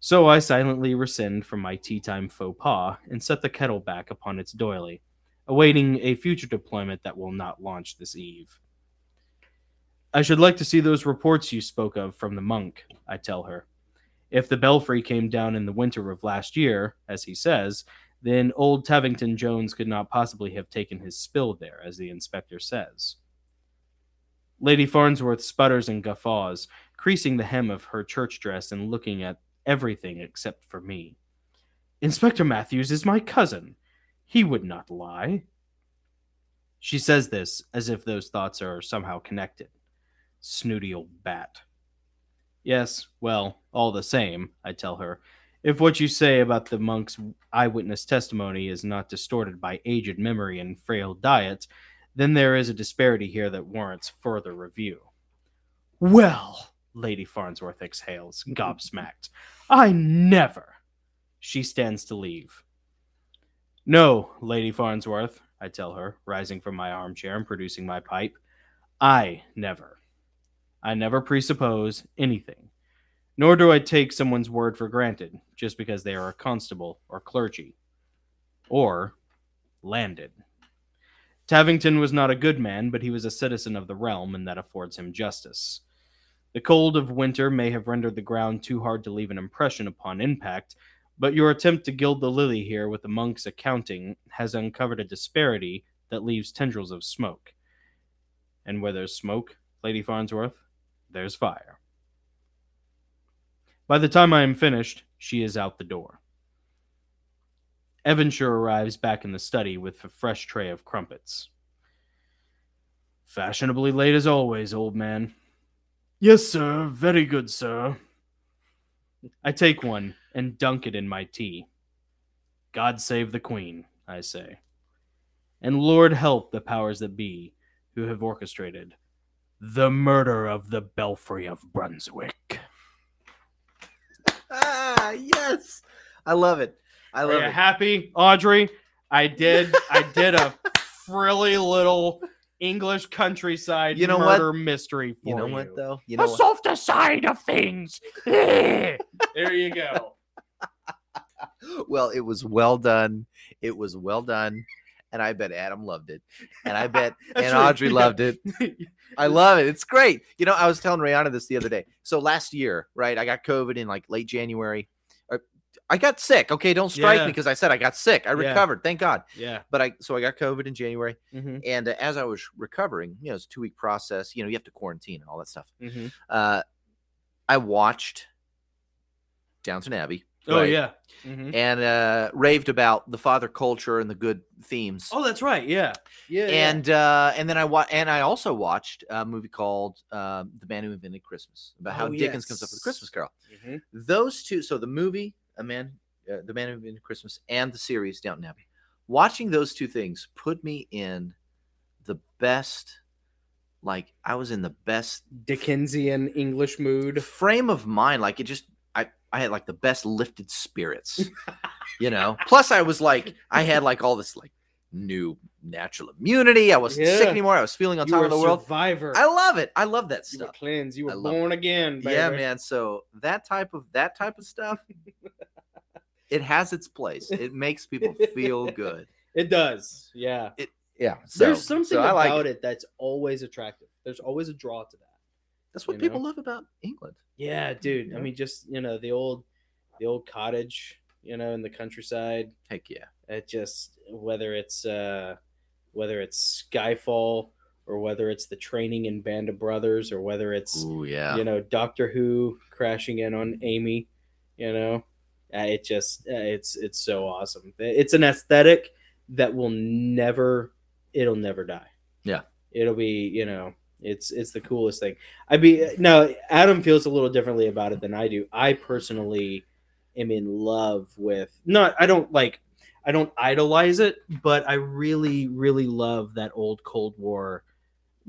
So I silently rescind from my tea time faux pas and set the kettle back upon its doily, awaiting a future deployment that will not launch this eve. I should like to see those reports you spoke of from the monk, I tell her. If the belfry came down in the winter of last year, as he says, then old Tavington Jones could not possibly have taken his spill there, as the inspector says. Lady Farnsworth sputters and guffaws, creasing the hem of her church dress and looking at everything except for me. Inspector Matthews is my cousin. He would not lie. She says this as if those thoughts are somehow connected. Snooty old bat. Yes, well, all the same, I tell her. If what you say about the monk's eyewitness testimony is not distorted by aged memory and frail diet, then there is a disparity here that warrants further review. Well, Lady Farnsworth exhales, gobsmacked. I never. She stands to leave. No, Lady Farnsworth, I tell her, rising from my armchair and producing my pipe. I never. I never presuppose anything. Nor do I take someone's word for granted just because they are a constable or clergy or landed. Tavington was not a good man, but he was a citizen of the realm, and that affords him justice. The cold of winter may have rendered the ground too hard to leave an impression upon impact, but your attempt to gild the lily here with the monk's accounting has uncovered a disparity that leaves tendrils of smoke. And where there's smoke, Lady Farnsworth, there's fire. By the time I am finished, she is out the door. Evanshire arrives back in the study with a fresh tray of crumpets. Fashionably late as always, old man. Yes, sir. Very good, sir. I take one and dunk it in my tea. God save the Queen, I say. And Lord help the powers that be who have orchestrated the murder of the Belfry of Brunswick. Ah, yes. I love it. Oh, I Are love you it. happy, Audrey? I did. I did a frilly little English countryside You know what? murder mystery for you you. know what though? You know the what? softer side of things. there you go. Well, it was well done. It was well done. And I bet Adam loved it. And I bet That's and right, Audrey yeah. loved it. I love it. It's great. You know, I was telling Rihanna this the other day. So last year, right, I got COVID in like late January. Or- I got sick. Okay, don't strike me Yeah. because I said I got sick. I Yeah. recovered, thank God. yeah. But I so I got COVID in January, Mm-hmm. and uh, as I was recovering, you know, it's a two week process. You know, you have to quarantine and all that stuff. Mm-hmm. Uh, I watched Downton Abbey. Oh right? yeah. Mm-hmm. and uh, raved about the father culture and the good themes. Oh, that's right. Yeah. Yeah. yeah. and uh, and then I wa- and I also watched a movie called uh, The Man Who Invented Christmas about how Oh, Dickens comes up with a yes. Christmas Carol. Mhm. Those two, so the movie A Man, uh, The Man Who Invented Christmas, and the series Downton Abbey. Watching those two things put me in the best. Like I was in the best Dickensian English mood. frame of mind like it just i i had like the best lifted spirits you know plus i was like i had like all this like new natural immunity i wasn't sick Yeah. anymore i was feeling on you top were of the a world survivor. i love it i love that you were stuff cleansed. You I were love born again. Baby. yeah man so that type of that type of stuff it has its place it makes people feel good It does. Yeah. yeah so, There's something so I like about it that's always attractive. There's always a draw to that. that's what you people know? love about england Yeah, dude. Yeah. I mean, just you know, the old, the old cottage, you know, in the countryside. heck yeah It just whether it's uh, whether it's Skyfall or whether it's the training in Band of Brothers or whether it's oh yeah you know Doctor Who crashing in on Amy, you know, uh, it just uh, it's it's so awesome. It's an aesthetic that will never it'll never die. Yeah. it'll be you know it's it's the coolest thing. I be now Adam feels a little differently about it than I do. I personally am in love with not I don't like I don't idolize it, but I really really love that old Cold War.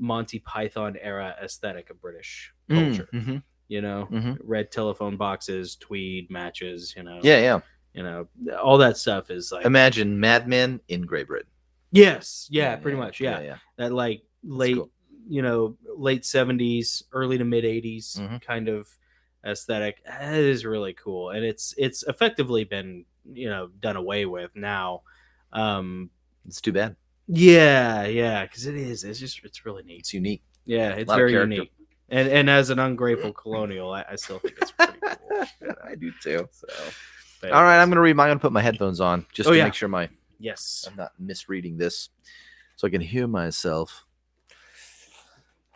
Monty Python era aesthetic of British Mm, culture mhm, you know mhm. red telephone boxes tweed matches you know yeah yeah you know all that stuff is like imagine madmen in great britain yes yeah, pretty much yeah. yeah, yeah. that like late cool. you know late 70s early to mid 80s Mhm. kind of aesthetic it is really cool and it's it's effectively been you know done away with now um it's too bad yeah yeah because it is it's just it's really neat it's unique yeah it's lot of very character. unique and and as an ungrateful colonial I, I still think it's pretty cool I do too. so All right, I'm gonna read. I'm gonna put my headphones on just Oh, to yeah. make sure my yes I'm not misreading this, so I can hear myself.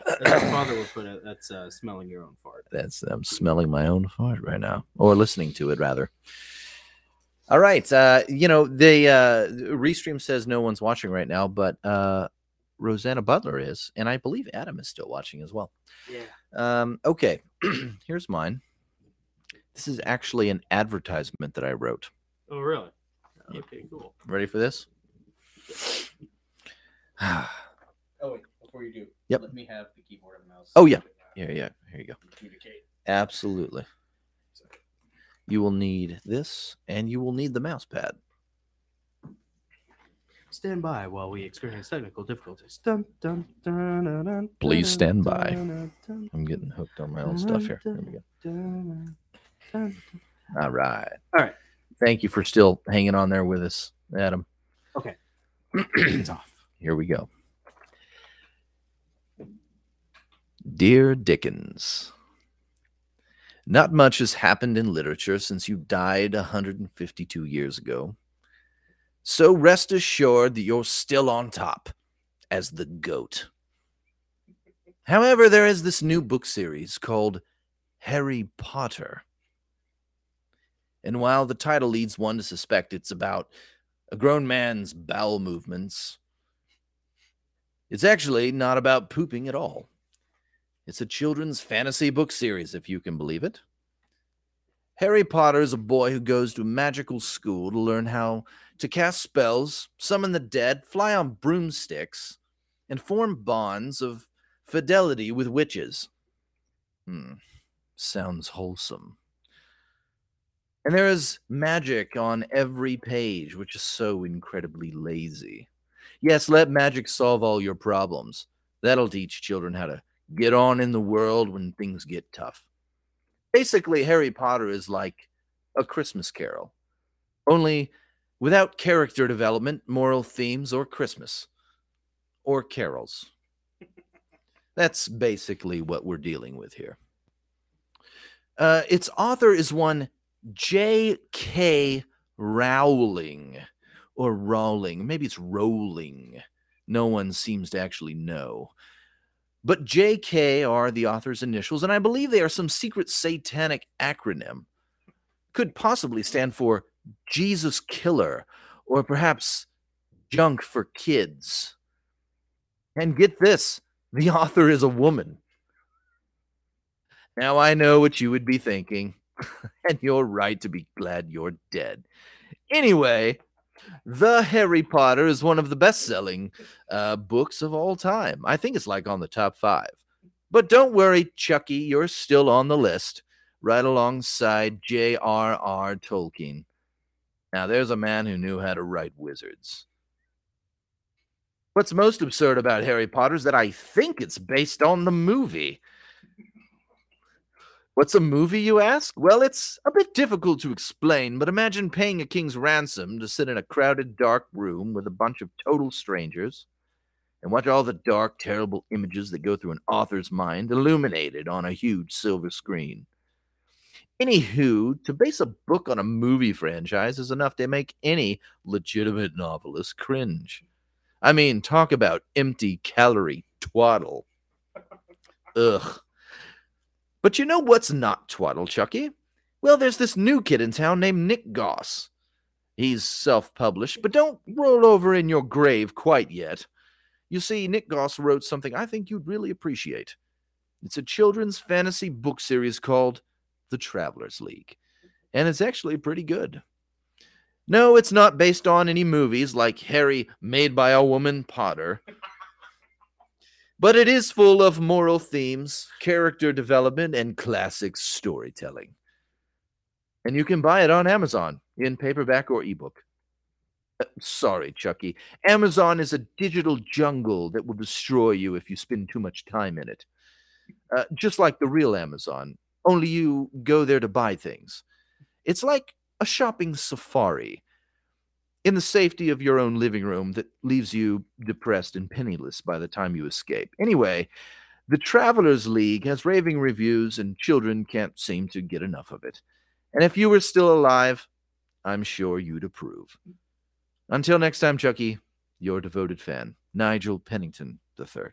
As my father would put it, that's uh, smelling your own fart. That's I'm smelling my own fart right now, or listening to it rather. All right, uh, you know the uh, restream says no one's watching right now, but uh, Rosanna Butler is, and I believe Adam is still watching as well. Yeah. Um, okay, here's mine. This is actually an advertisement that I wrote. Oh, really? Okay, cool. Ready for this? Oh, wait, before you do, Yep. let me have the keyboard and mouse. Oh, yeah. Yeah, yeah. Here you go. Communicate. Absolutely. You will need this and you will need the mouse pad. Stand by while we experience technical difficulties. Dun, dun, dun, dun, dun, Please dun, stand by. dun, dun, I'm getting hooked on my own stuff here. There we go. dun, dun. All right. All right. Thank you for still hanging on there with us, Adam. Okay. it's off. Here we go. Dear Dickens, not much has happened in literature since you died 152 years ago. So rest assured that you're still on top as the goat. However, there is this new book series called Harry Potter. And while the title leads one to suspect it's about a grown man's bowel movements, it's actually not about pooping at all. It's a children's fantasy book series, if you can believe it. Harry Potter is a boy who goes to a magical school to learn how to cast spells, summon the dead, fly on broomsticks, and form bonds of fidelity with witches. Hmm. Sounds wholesome. And there is magic on every page, which is so incredibly lazy. Yes, let magic solve all your problems. That'll teach children how to get on in the world when things get tough. Basically, Harry Potter is like a Christmas carol, only without character development, moral themes, or Christmas, or carols. That's basically what we're dealing with here. Uh, its author is one J.K. Rowling, or Rowling. Maybe it's Rowling. No one seems to actually know. But JK are the author's initials, and I believe they are some secret satanic acronym. Could possibly stand for Jesus Killer or perhaps Junk for Kids. And get this the author is a woman. Now I know what you would be thinking, and you're right to be glad you're dead. Anyway, the Harry Potter is one of the best selling uh, books of all time. I think it's like on the top five. But don't worry, Chucky, you're still on the list, right alongside J.R.R. Tolkien. Now, there's a man who knew how to write wizards. What's most absurd about Harry Potter is that I think it's based on the movie. What's a movie, you ask? Well, it's a bit difficult to explain, but imagine paying a king's ransom to sit in a crowded, dark room with a bunch of total strangers and watch all the dark, terrible images that go through an author's mind illuminated on a huge silver screen. Anywho, to base a book on a movie franchise is enough to make any legitimate novelist cringe. I mean, talk about empty calorie twaddle. Ugh. But you know what's not twaddle, Chucky? Well, there's this new kid in town named Nick Goss. He's self published, but don't roll over in your grave quite yet. You see, Nick Goss wrote something I think you'd really appreciate. It's a children's fantasy book series called The Traveler's League, and it's actually pretty good. No, it's not based on any movies like Harry Made by a Woman Potter but it is full of moral themes, character development, and classic storytelling. And you can buy it on Amazon in paperback or ebook. Uh, sorry, Chucky. Amazon is a digital jungle that will destroy you if you spend too much time in it. Uh, just like the real Amazon, only you go there to buy things. It's like a shopping safari in the safety of your own living room that leaves you depressed and penniless by the time you escape. Anyway, the Travelers League has raving reviews, and children can't seem to get enough of it. And if you were still alive, I'm sure you'd approve. Until next time, Chucky, your devoted fan, Nigel Pennington III.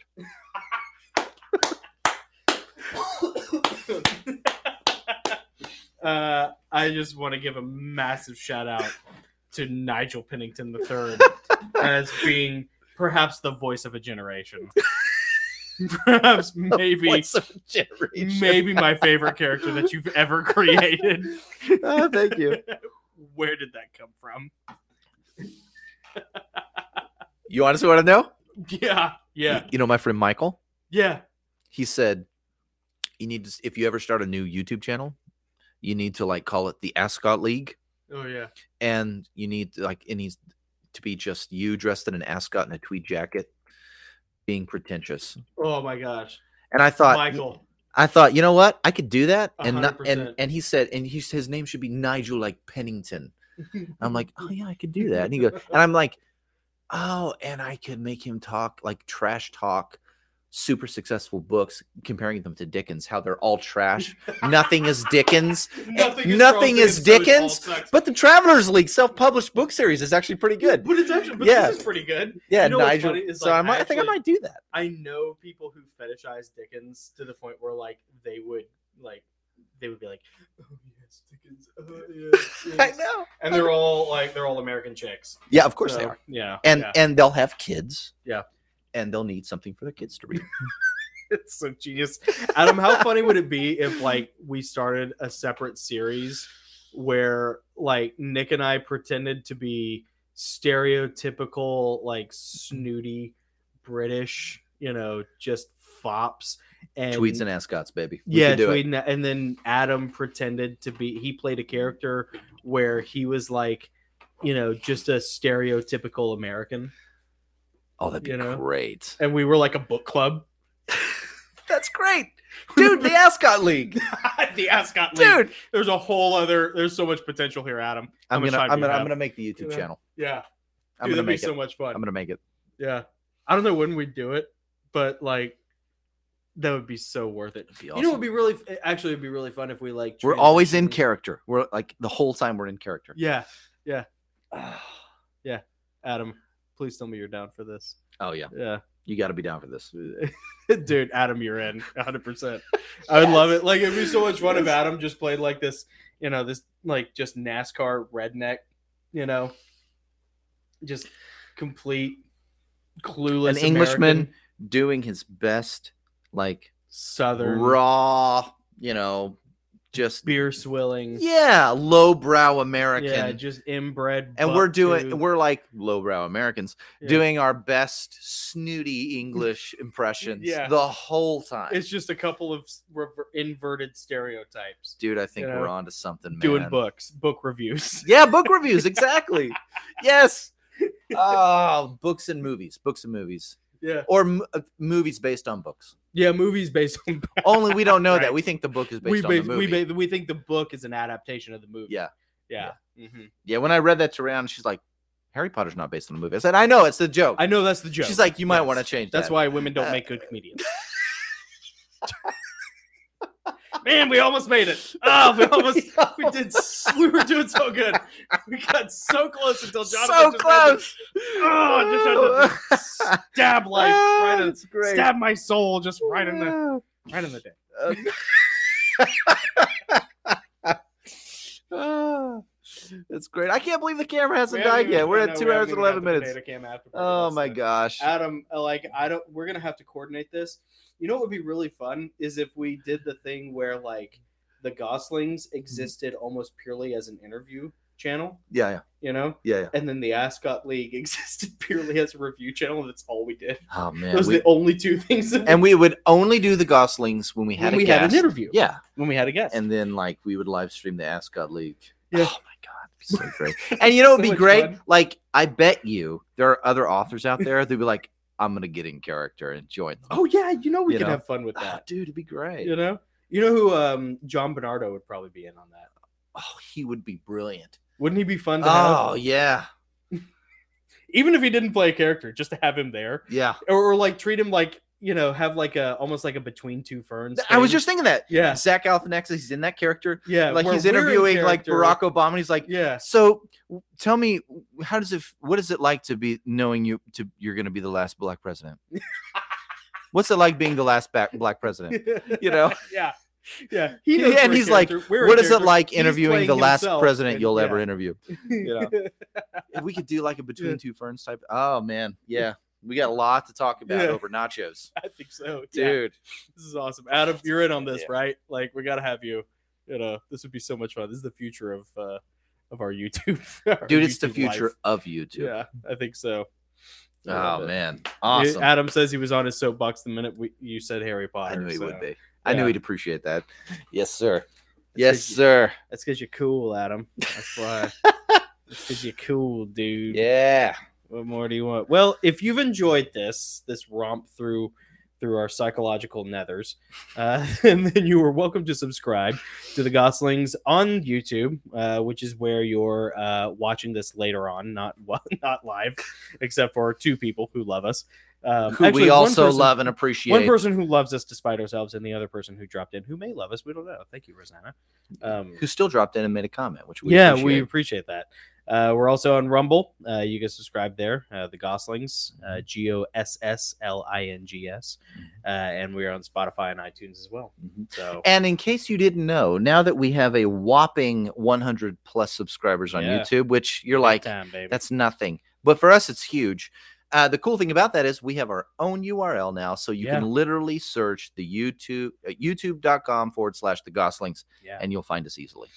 Uh, I just want to give a massive shout out to Nigel Pennington III as being perhaps the voice of a generation. perhaps maybe What's up, generation? maybe my favorite character that you've ever created. Oh, thank you. Where did that come from? You honestly want to know? Yeah, yeah, You know my friend Michael? yeah. he said you need to if you ever start a new youtube channel you need to like call it the ascot league Oh yeah. and you need to, like it needs to be just you dressed in an ascot and a tweed jacket being pretentious Oh my gosh. and i thought Michael. i thought you know what i could do that and not, and 100%. and he said and he, his name should be nigel like pennington i'm like oh yeah i could do that and he goes and i'm like oh and i could make him talk like trash talk super successful books comparing them to dickens how they're all trash nothing is dickens wrong, nothing is so it's all Dickens, sex. but the travelers league self-published book series is actually pretty good But it's actually but Yeah. this is pretty good. yeah You know what's nigel funny is, so like, I, might, I think i actually- might do that I know people who fetishize Dickens to the point where like they would like they would be like, oh yes, Dickens, oh yes, i yes." know and they're all like they're all American chicks. yeah of course they So, are Yeah, and yeah. and they'll have kids Yeah. and they'll need something for their kids to read it's so genius. Adam, how funny would it be if like we started a separate series where like Nick and I pretended to be stereotypical like snooty British, you know, just fops and Tweets and ascots, baby. We yeah, can do it. tweeting that. And then Adam pretended to be he played a character where he was like, you know, just a stereotypical American. Oh, that'd be you know? great. And we were like a book club. That's great, dude. The Ascot League, the Ascot League. dude. There's a whole other there's so much potential here, Adam. How I'm much gonna, time I'm do you gonna, I'm have? gonna make the YouTube Yeah. channel. Yeah. I'm Dude, gonna that'd be make it. so much fun. I'm gonna make it. Yeah. I don't know when we'd do it, but like that would be so worth it. It'd be You know, awesome. it'd be really actually it'd be really fun if we like We're always in transitioned- character. We're like the whole time we're in character. Yeah, yeah, yeah. Adam, please tell me you're down for this. Oh yeah, Yeah, you got to be down for this. dude, Adam, you're in 100. percent I would love it. Like it'd be so much fun if Adam just played like this. You know, this like just NASCAR redneck. You know, just complete clueless An Englishman American, doing his best, like Southern raw, you know, just beer swilling. yeah, lowbrow American. Yeah, just inbred. and we're doing, bucktooth. we're like lowbrow Americans Yeah. doing our best snooty English impressions Yeah. the whole time. It's just a couple of s- rever- inverted stereotypes. Dude, I think you we're know, onto something, man. Doing books, book reviews. Yeah, book reviews, exactly. yes. Oh, books and movies, books and movies, yeah, or m- uh, movies based on books. yeah. Movies based on. Only we don't know that. Right. We think the book is based we on base, the movie. we ba- we think the book is an adaptation of the movie. Yeah. yeah. Mhm. yeah, Mm-hmm. when I read that to Ryan, she's like, "Harry Potter's not based on the movie." I said, "I know, it's the joke." I know that's the joke. She's like, "You might Yes. want to change that's that." why women Uh, don't make good comedians. Man, we almost made it. Oh, we almost. We did. s- We were doing so good. We got so close until Jonathan. so just had to close. Oh, just had to stab like right in, Ah, Oh, That's great. stab my soul just right in the right in the dick. Ah, That's great. I can't believe the camera hasn't We haven't died even- yet. We're I at know, two we hours haven't and even had eleven the minutes. data cam after party Oh last my night. gosh. Adam, uh, like I don't we're gonna have to coordinate this. You know what would be really fun is if we did the thing where like the Goslings Mm-hmm. existed almost purely as an interview channel, Yeah, yeah, you know? yeah, yeah. And then the Ascot League existed purely as a review channel, and that's all we did. Oh man. Those we- are the only two things that and we would only do the Goslings when we had when a we had guest. an interview. Yeah, When we had a guest. and then like we would live stream the Ascot League. Yeah. Oh my god, it'd be so great. And you know, it'd So be much great. fun. Like I bet you there are other authors out there that'd be like, I'm gonna get in character and join them. oh yeah, you know we You could know. have fun with Oh, that. dude, it'd be great. You know? You know who um John Bernardo would probably be in on that. Oh, he would be brilliant. Wouldn't he be fun to Oh have? yeah, Even if he didn't play a character, just to have him there, yeah. or, or like treat him like you know, have like a almost like a between two ferns. I was thing. just thinking that yeah, Zach Galifianakis, he's in that character. yeah. Like where he's we're in interviewing like character. Barack Obama. And he's like, Yeah, so w- tell me, w- how does it? f- What is it like to be knowing you to you're going to be the last black president? What's it like being the last back, black president? You know, yeah, yeah. He- knows and we're he's in like, character. We're in what is it character. like He's interviewing playing the last himself president and- you'll yeah. ever interview? you know. If we could do like a between two ferns type. Oh man, yeah, we got a lot to talk about Yeah. over nachos, I think so, yeah. dude. This is awesome, Adam. You're in on this, Yeah. right? Like, we gotta have you. You know, this would be so much fun. This is the future of uh of our YouTube. our Dude, it's the YouTube life. future of YouTube. Yeah, I think so. I love Oh it. man, He- awesome. Adam says he was on his soapbox the minute we, you said Harry I Potter. knew he so would be. I knew uh, yeah. he'd appreciate that. Yes, sir. Yes, Appreciate- sir. That's because you're cool, Adam. That's why. That's because you're cool, dude. Yeah. What more do you want? Well, if you've enjoyed this this romp through through our psychological nethers, uh, and then you are welcome to subscribe to the Goslings on YouTube, uh, which is where you're uh, watching this later on, not not live, except for two people who love us. Um, Who actually, we one also person- love and appreciate. One person who loves us despite ourselves, and the other person who dropped in, who may love us, we don't know. Thank you, Rosanna. Um, who still dropped in and made a comment, which we yeah, we appreciate. appreciate that. Uh, we're also on Rumble. Uh, you can subscribe there. Uh, the Goslings, uh, Mm-hmm. G O S S L I N G S, uh, and we are on Spotify and iTunes as well. Mhm. So And in case you didn't know, now that we have a whopping 100 plus subscribers on Yeah. YouTube, which you're big like, time, baby. that's nothing, but for us it's huge. Uh, the cool thing about that is we have our own URL now, so you can literally search the YouTube uh, YouTube.com forward slash the Goslings, yeah. and you'll find us easily.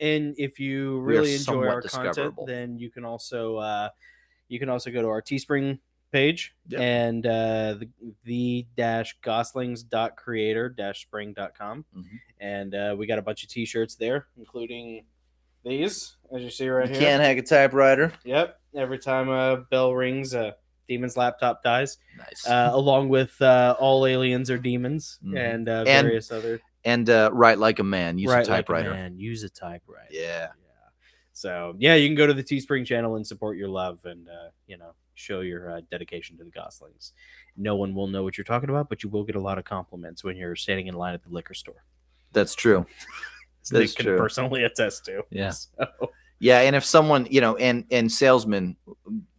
and if you We are really enjoy somewhat our content, discoverable. then you can also uh, you can also go to our Teespring page Yeah. and uh, the the dash goslings dot creator dash spring dot com, Mhm. and uh, we got a bunch of t-shirts there, including these as you see right you here. can't hack a typewriter. Yep, every time a bell rings, a demon's laptop dies, Nice. uh, along with uh, all aliens are demons Mhm. and, uh, And various other and uh, write like a man. Use a Right, like typewriter. man, use a typewriter. Yeah. Yeah. So yeah, you can go to the Teespring channel and support your love, and uh, you know, show your uh, dedication to the Goslings. No one will know what you're talking about, but you will get a lot of compliments when you're standing in line at the liquor store. That's true. That's Nick can true. personally attest to. Yeah. So, Yeah, and if someone, you know, and and salesmen,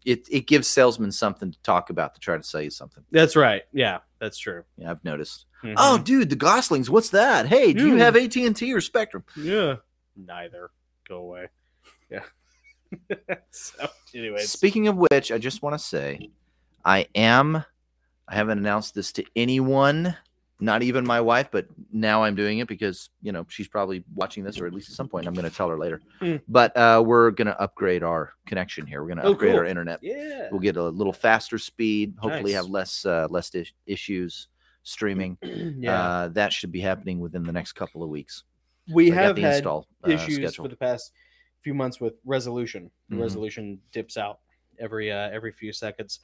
it it gives salesmen something to talk about to try to sell you something. that's right. Yeah, that's true. Yeah, I've noticed. Mhm. Oh, dude, the Goslings. What's that? Hey, do you Dude. have AT and T or Spectrum? yeah. Neither. Go away. Yeah. so, anyways, Speaking of which, I just want to say, I am. I haven't announced this to anyone, not even my wife, but now I'm doing it because you know she's probably watching this, or at least at some point I'm going to tell her later. Mm. But uh, we're going to upgrade our connection here. We're going to Oh, upgrade our cool. internet. yeah. We'll get a little faster speed. Hopefully, have Nice. less uh, less is- issues streaming. yeah. Uh, that should be happening within the next couple of weeks. we I got have the had install uh, issues for scheduled. the past few months with resolution. The Mhm. resolution dips out every uh, every few seconds,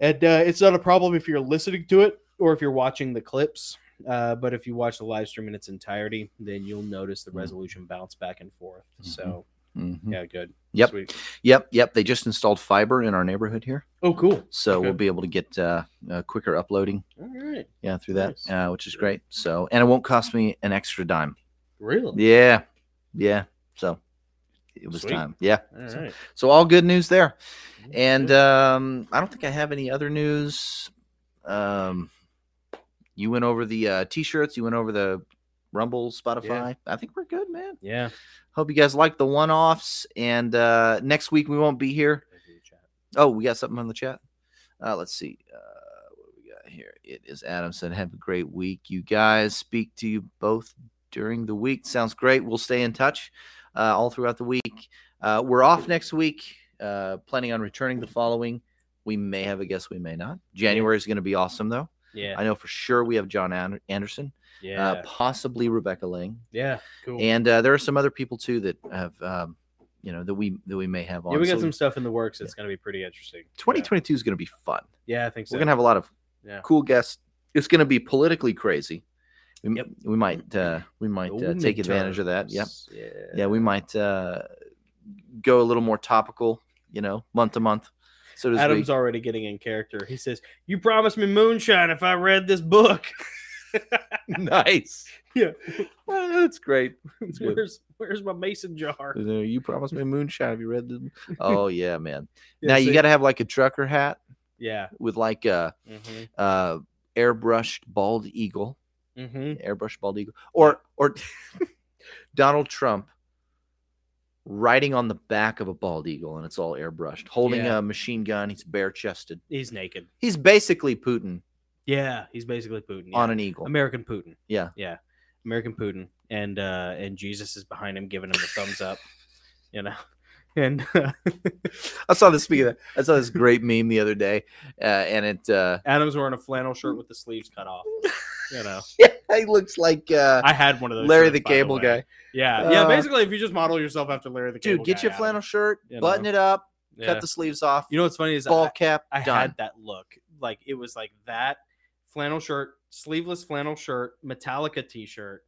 and uh, it's not a problem if you're listening to it or if you're watching the clips. Uh, but if you watch the live stream in its entirety, then you'll notice the Mhm. resolution bounce back and forth. Mhm. So Mhm. yeah, good. Yep. Sweet. Yep, yep. They just installed fiber in our neighborhood here, Oh, cool. so Okay. we'll be able to get uh, uh, quicker uploading. All right. Yeah, through that, Nice. uh, which is great. So, and it won't cost me an extra dime. Really. Yeah, yeah. So it was Sweet. time. Yeah. All right. So all good news there. And Good. um, I don't think I have any other news. Um, you went over the uh, t-shirts. You went over the Rumble, Spotify. I think we're good, man. yeah. Hope you guys like the one-offs. And uh, next week we won't be here. Oh, we got something on the chat. Uh, let's see. Uh, what do we got here? It is Adam said, Have a great week, you guys. Speak to you both during the week. Sounds great. We'll stay in touch uh, all throughout the week. Uh, we're off next week, uh, planning on returning the following. We may have a guest, we may not. January is going to be awesome, though. Yeah. I uh, know for sure we have John An- Anderson, Yeah. uh, possibly Rebecca Ling, yeah. Cool. and uh, there are some other people too that have, um, you know, that we that we may have on. yeah, we got So some stuff in the works that's going to be pretty interesting. Yeah. 2022 is going to be fun. Yeah, I think so. We're gonna have a lot of Yeah. cool guests. It's gonna be politically crazy. We, Yep. we might uh, we might uh, take advantage of that. Yep. Midterms. Yeah. Yeah, we might uh, go a little more topical. You know, month to month. So does Adam's we. already getting in character. He says, "You promised me moonshine if I read this book." nice. yeah. Ah, that's great. That's good. Where's Where's my mason jar? You know, You promised me moonshine. Have you read the? Oh yeah, man. Yeah, now you see? got to have like a trucker hat Yeah. with like a Mm-hmm. uh, airbrushed bald eagle, Mm-hmm. airbrushed bald eagle, or or Donald Trump riding on the back of a bald eagle and it's all airbrushed, holding Yeah. a machine gun. He's bare chested. He's naked. He's basically Putin Yeah. He's basically Putin. yeah. on an eagle. American Putin. Yeah. Yeah. American Putin, and uh, and Jesus is behind him, giving him a thumbs up. You know. And uh, I saw this. Speaking of that, I saw this great meme the other day, uh, and it uh, Adam's wearing a flannel shirt with the sleeves cut off. You know, it looks like uh, I had one of those. Larry shirts, the by Cable way. Guy. Yeah, yeah. Uh, Basically, if you just model yourself after Larry the Cable Dude, get Guy, you a Adam. flannel shirt, You know. button it up, Yeah. cut the sleeves off, You know what's funny is ball I, cap. I done. had that look. Like it was like that flannel shirt, sleeveless flannel shirt, Metallica t-shirt,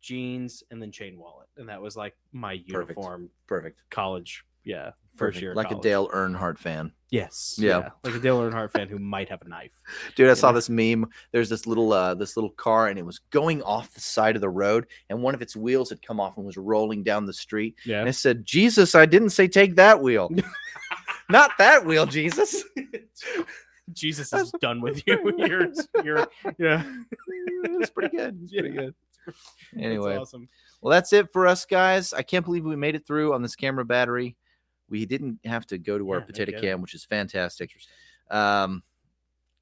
jeans, and then chain wallet, and that was like my Perfect. uniform Perfect. college. Yeah, first Perfect. year. of like a college. Dale Earnhardt fan. Yes. Yeah. like a Dale Earnhardt fan who might have a knife. Dude, I Yeah. saw this meme. There's this little uh this little car and it was going off the side of the road and one of its wheels had come off and was rolling down the street. And Yeah. it said, "Jesus, I didn't say take that wheel." Not that wheel, Jesus. Jesus is done with you. You're, you're, yeah. it's pretty good. It's pretty Yeah. good. Anyway, That's awesome. well, that's it for us guys. I can't believe we made it through on this camera battery. We didn't have to go to our Yeah, no potato kidding. cam, which is fantastic. Um,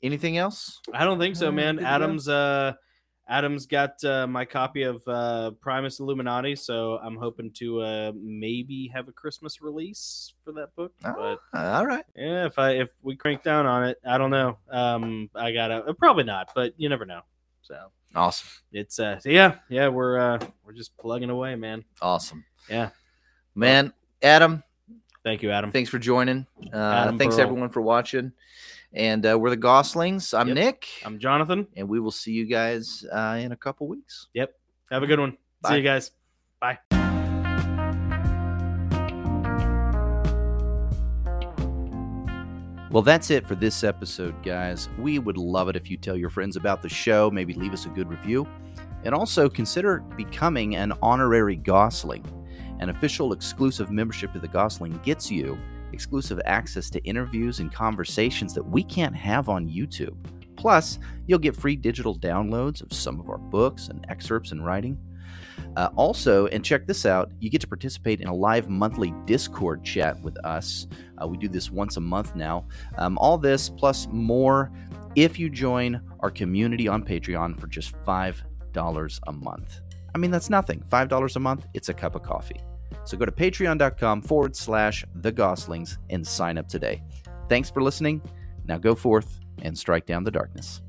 anything else? I don't think so, Alright, man. good to go. Adam's uh Adam's got uh, my copy of uh, Primus Illuminati, so I'm hoping to uh, maybe have a Christmas release for that book. But Ah, all right. yeah, if I if we crank down on it, I don't know. Um, I gotta uh, probably not, but you never know. So Awesome. it's uh, so yeah, yeah, we're uh, we're just plugging away, man. Awesome. Yeah. Man, Adam, Thank you, Adam. thanks for joining. Uh, Adam thanks Burl. everyone for watching. And uh, we're the Goslings. I'm Yep. Nick, I'm Jonathan. and we will see you guys uh, in a couple weeks. Have a good one. Bye. See you guys. Well, that's it for this episode, guys. We would love it if you tell your friends about the show, maybe leave us a good review, and also consider becoming an honorary Gosling. An official exclusive membership to the Gosling gets you exclusive access to interviews and conversations that we can't have on YouTube. Plus, you'll get free digital downloads of some of our books and excerpts and writing. Uh, also, and check this out, you get to participate in a live monthly Discord chat with us. Uh, we do this once a month now. Um, all this plus more if you join our community on Patreon for just $5 a month. I mean, that's nothing. $5 a month, it's a cup of coffee. So go to patreon.com forward slash the goslings and sign up today. Thanks for listening. Now go forth and strike down the darkness.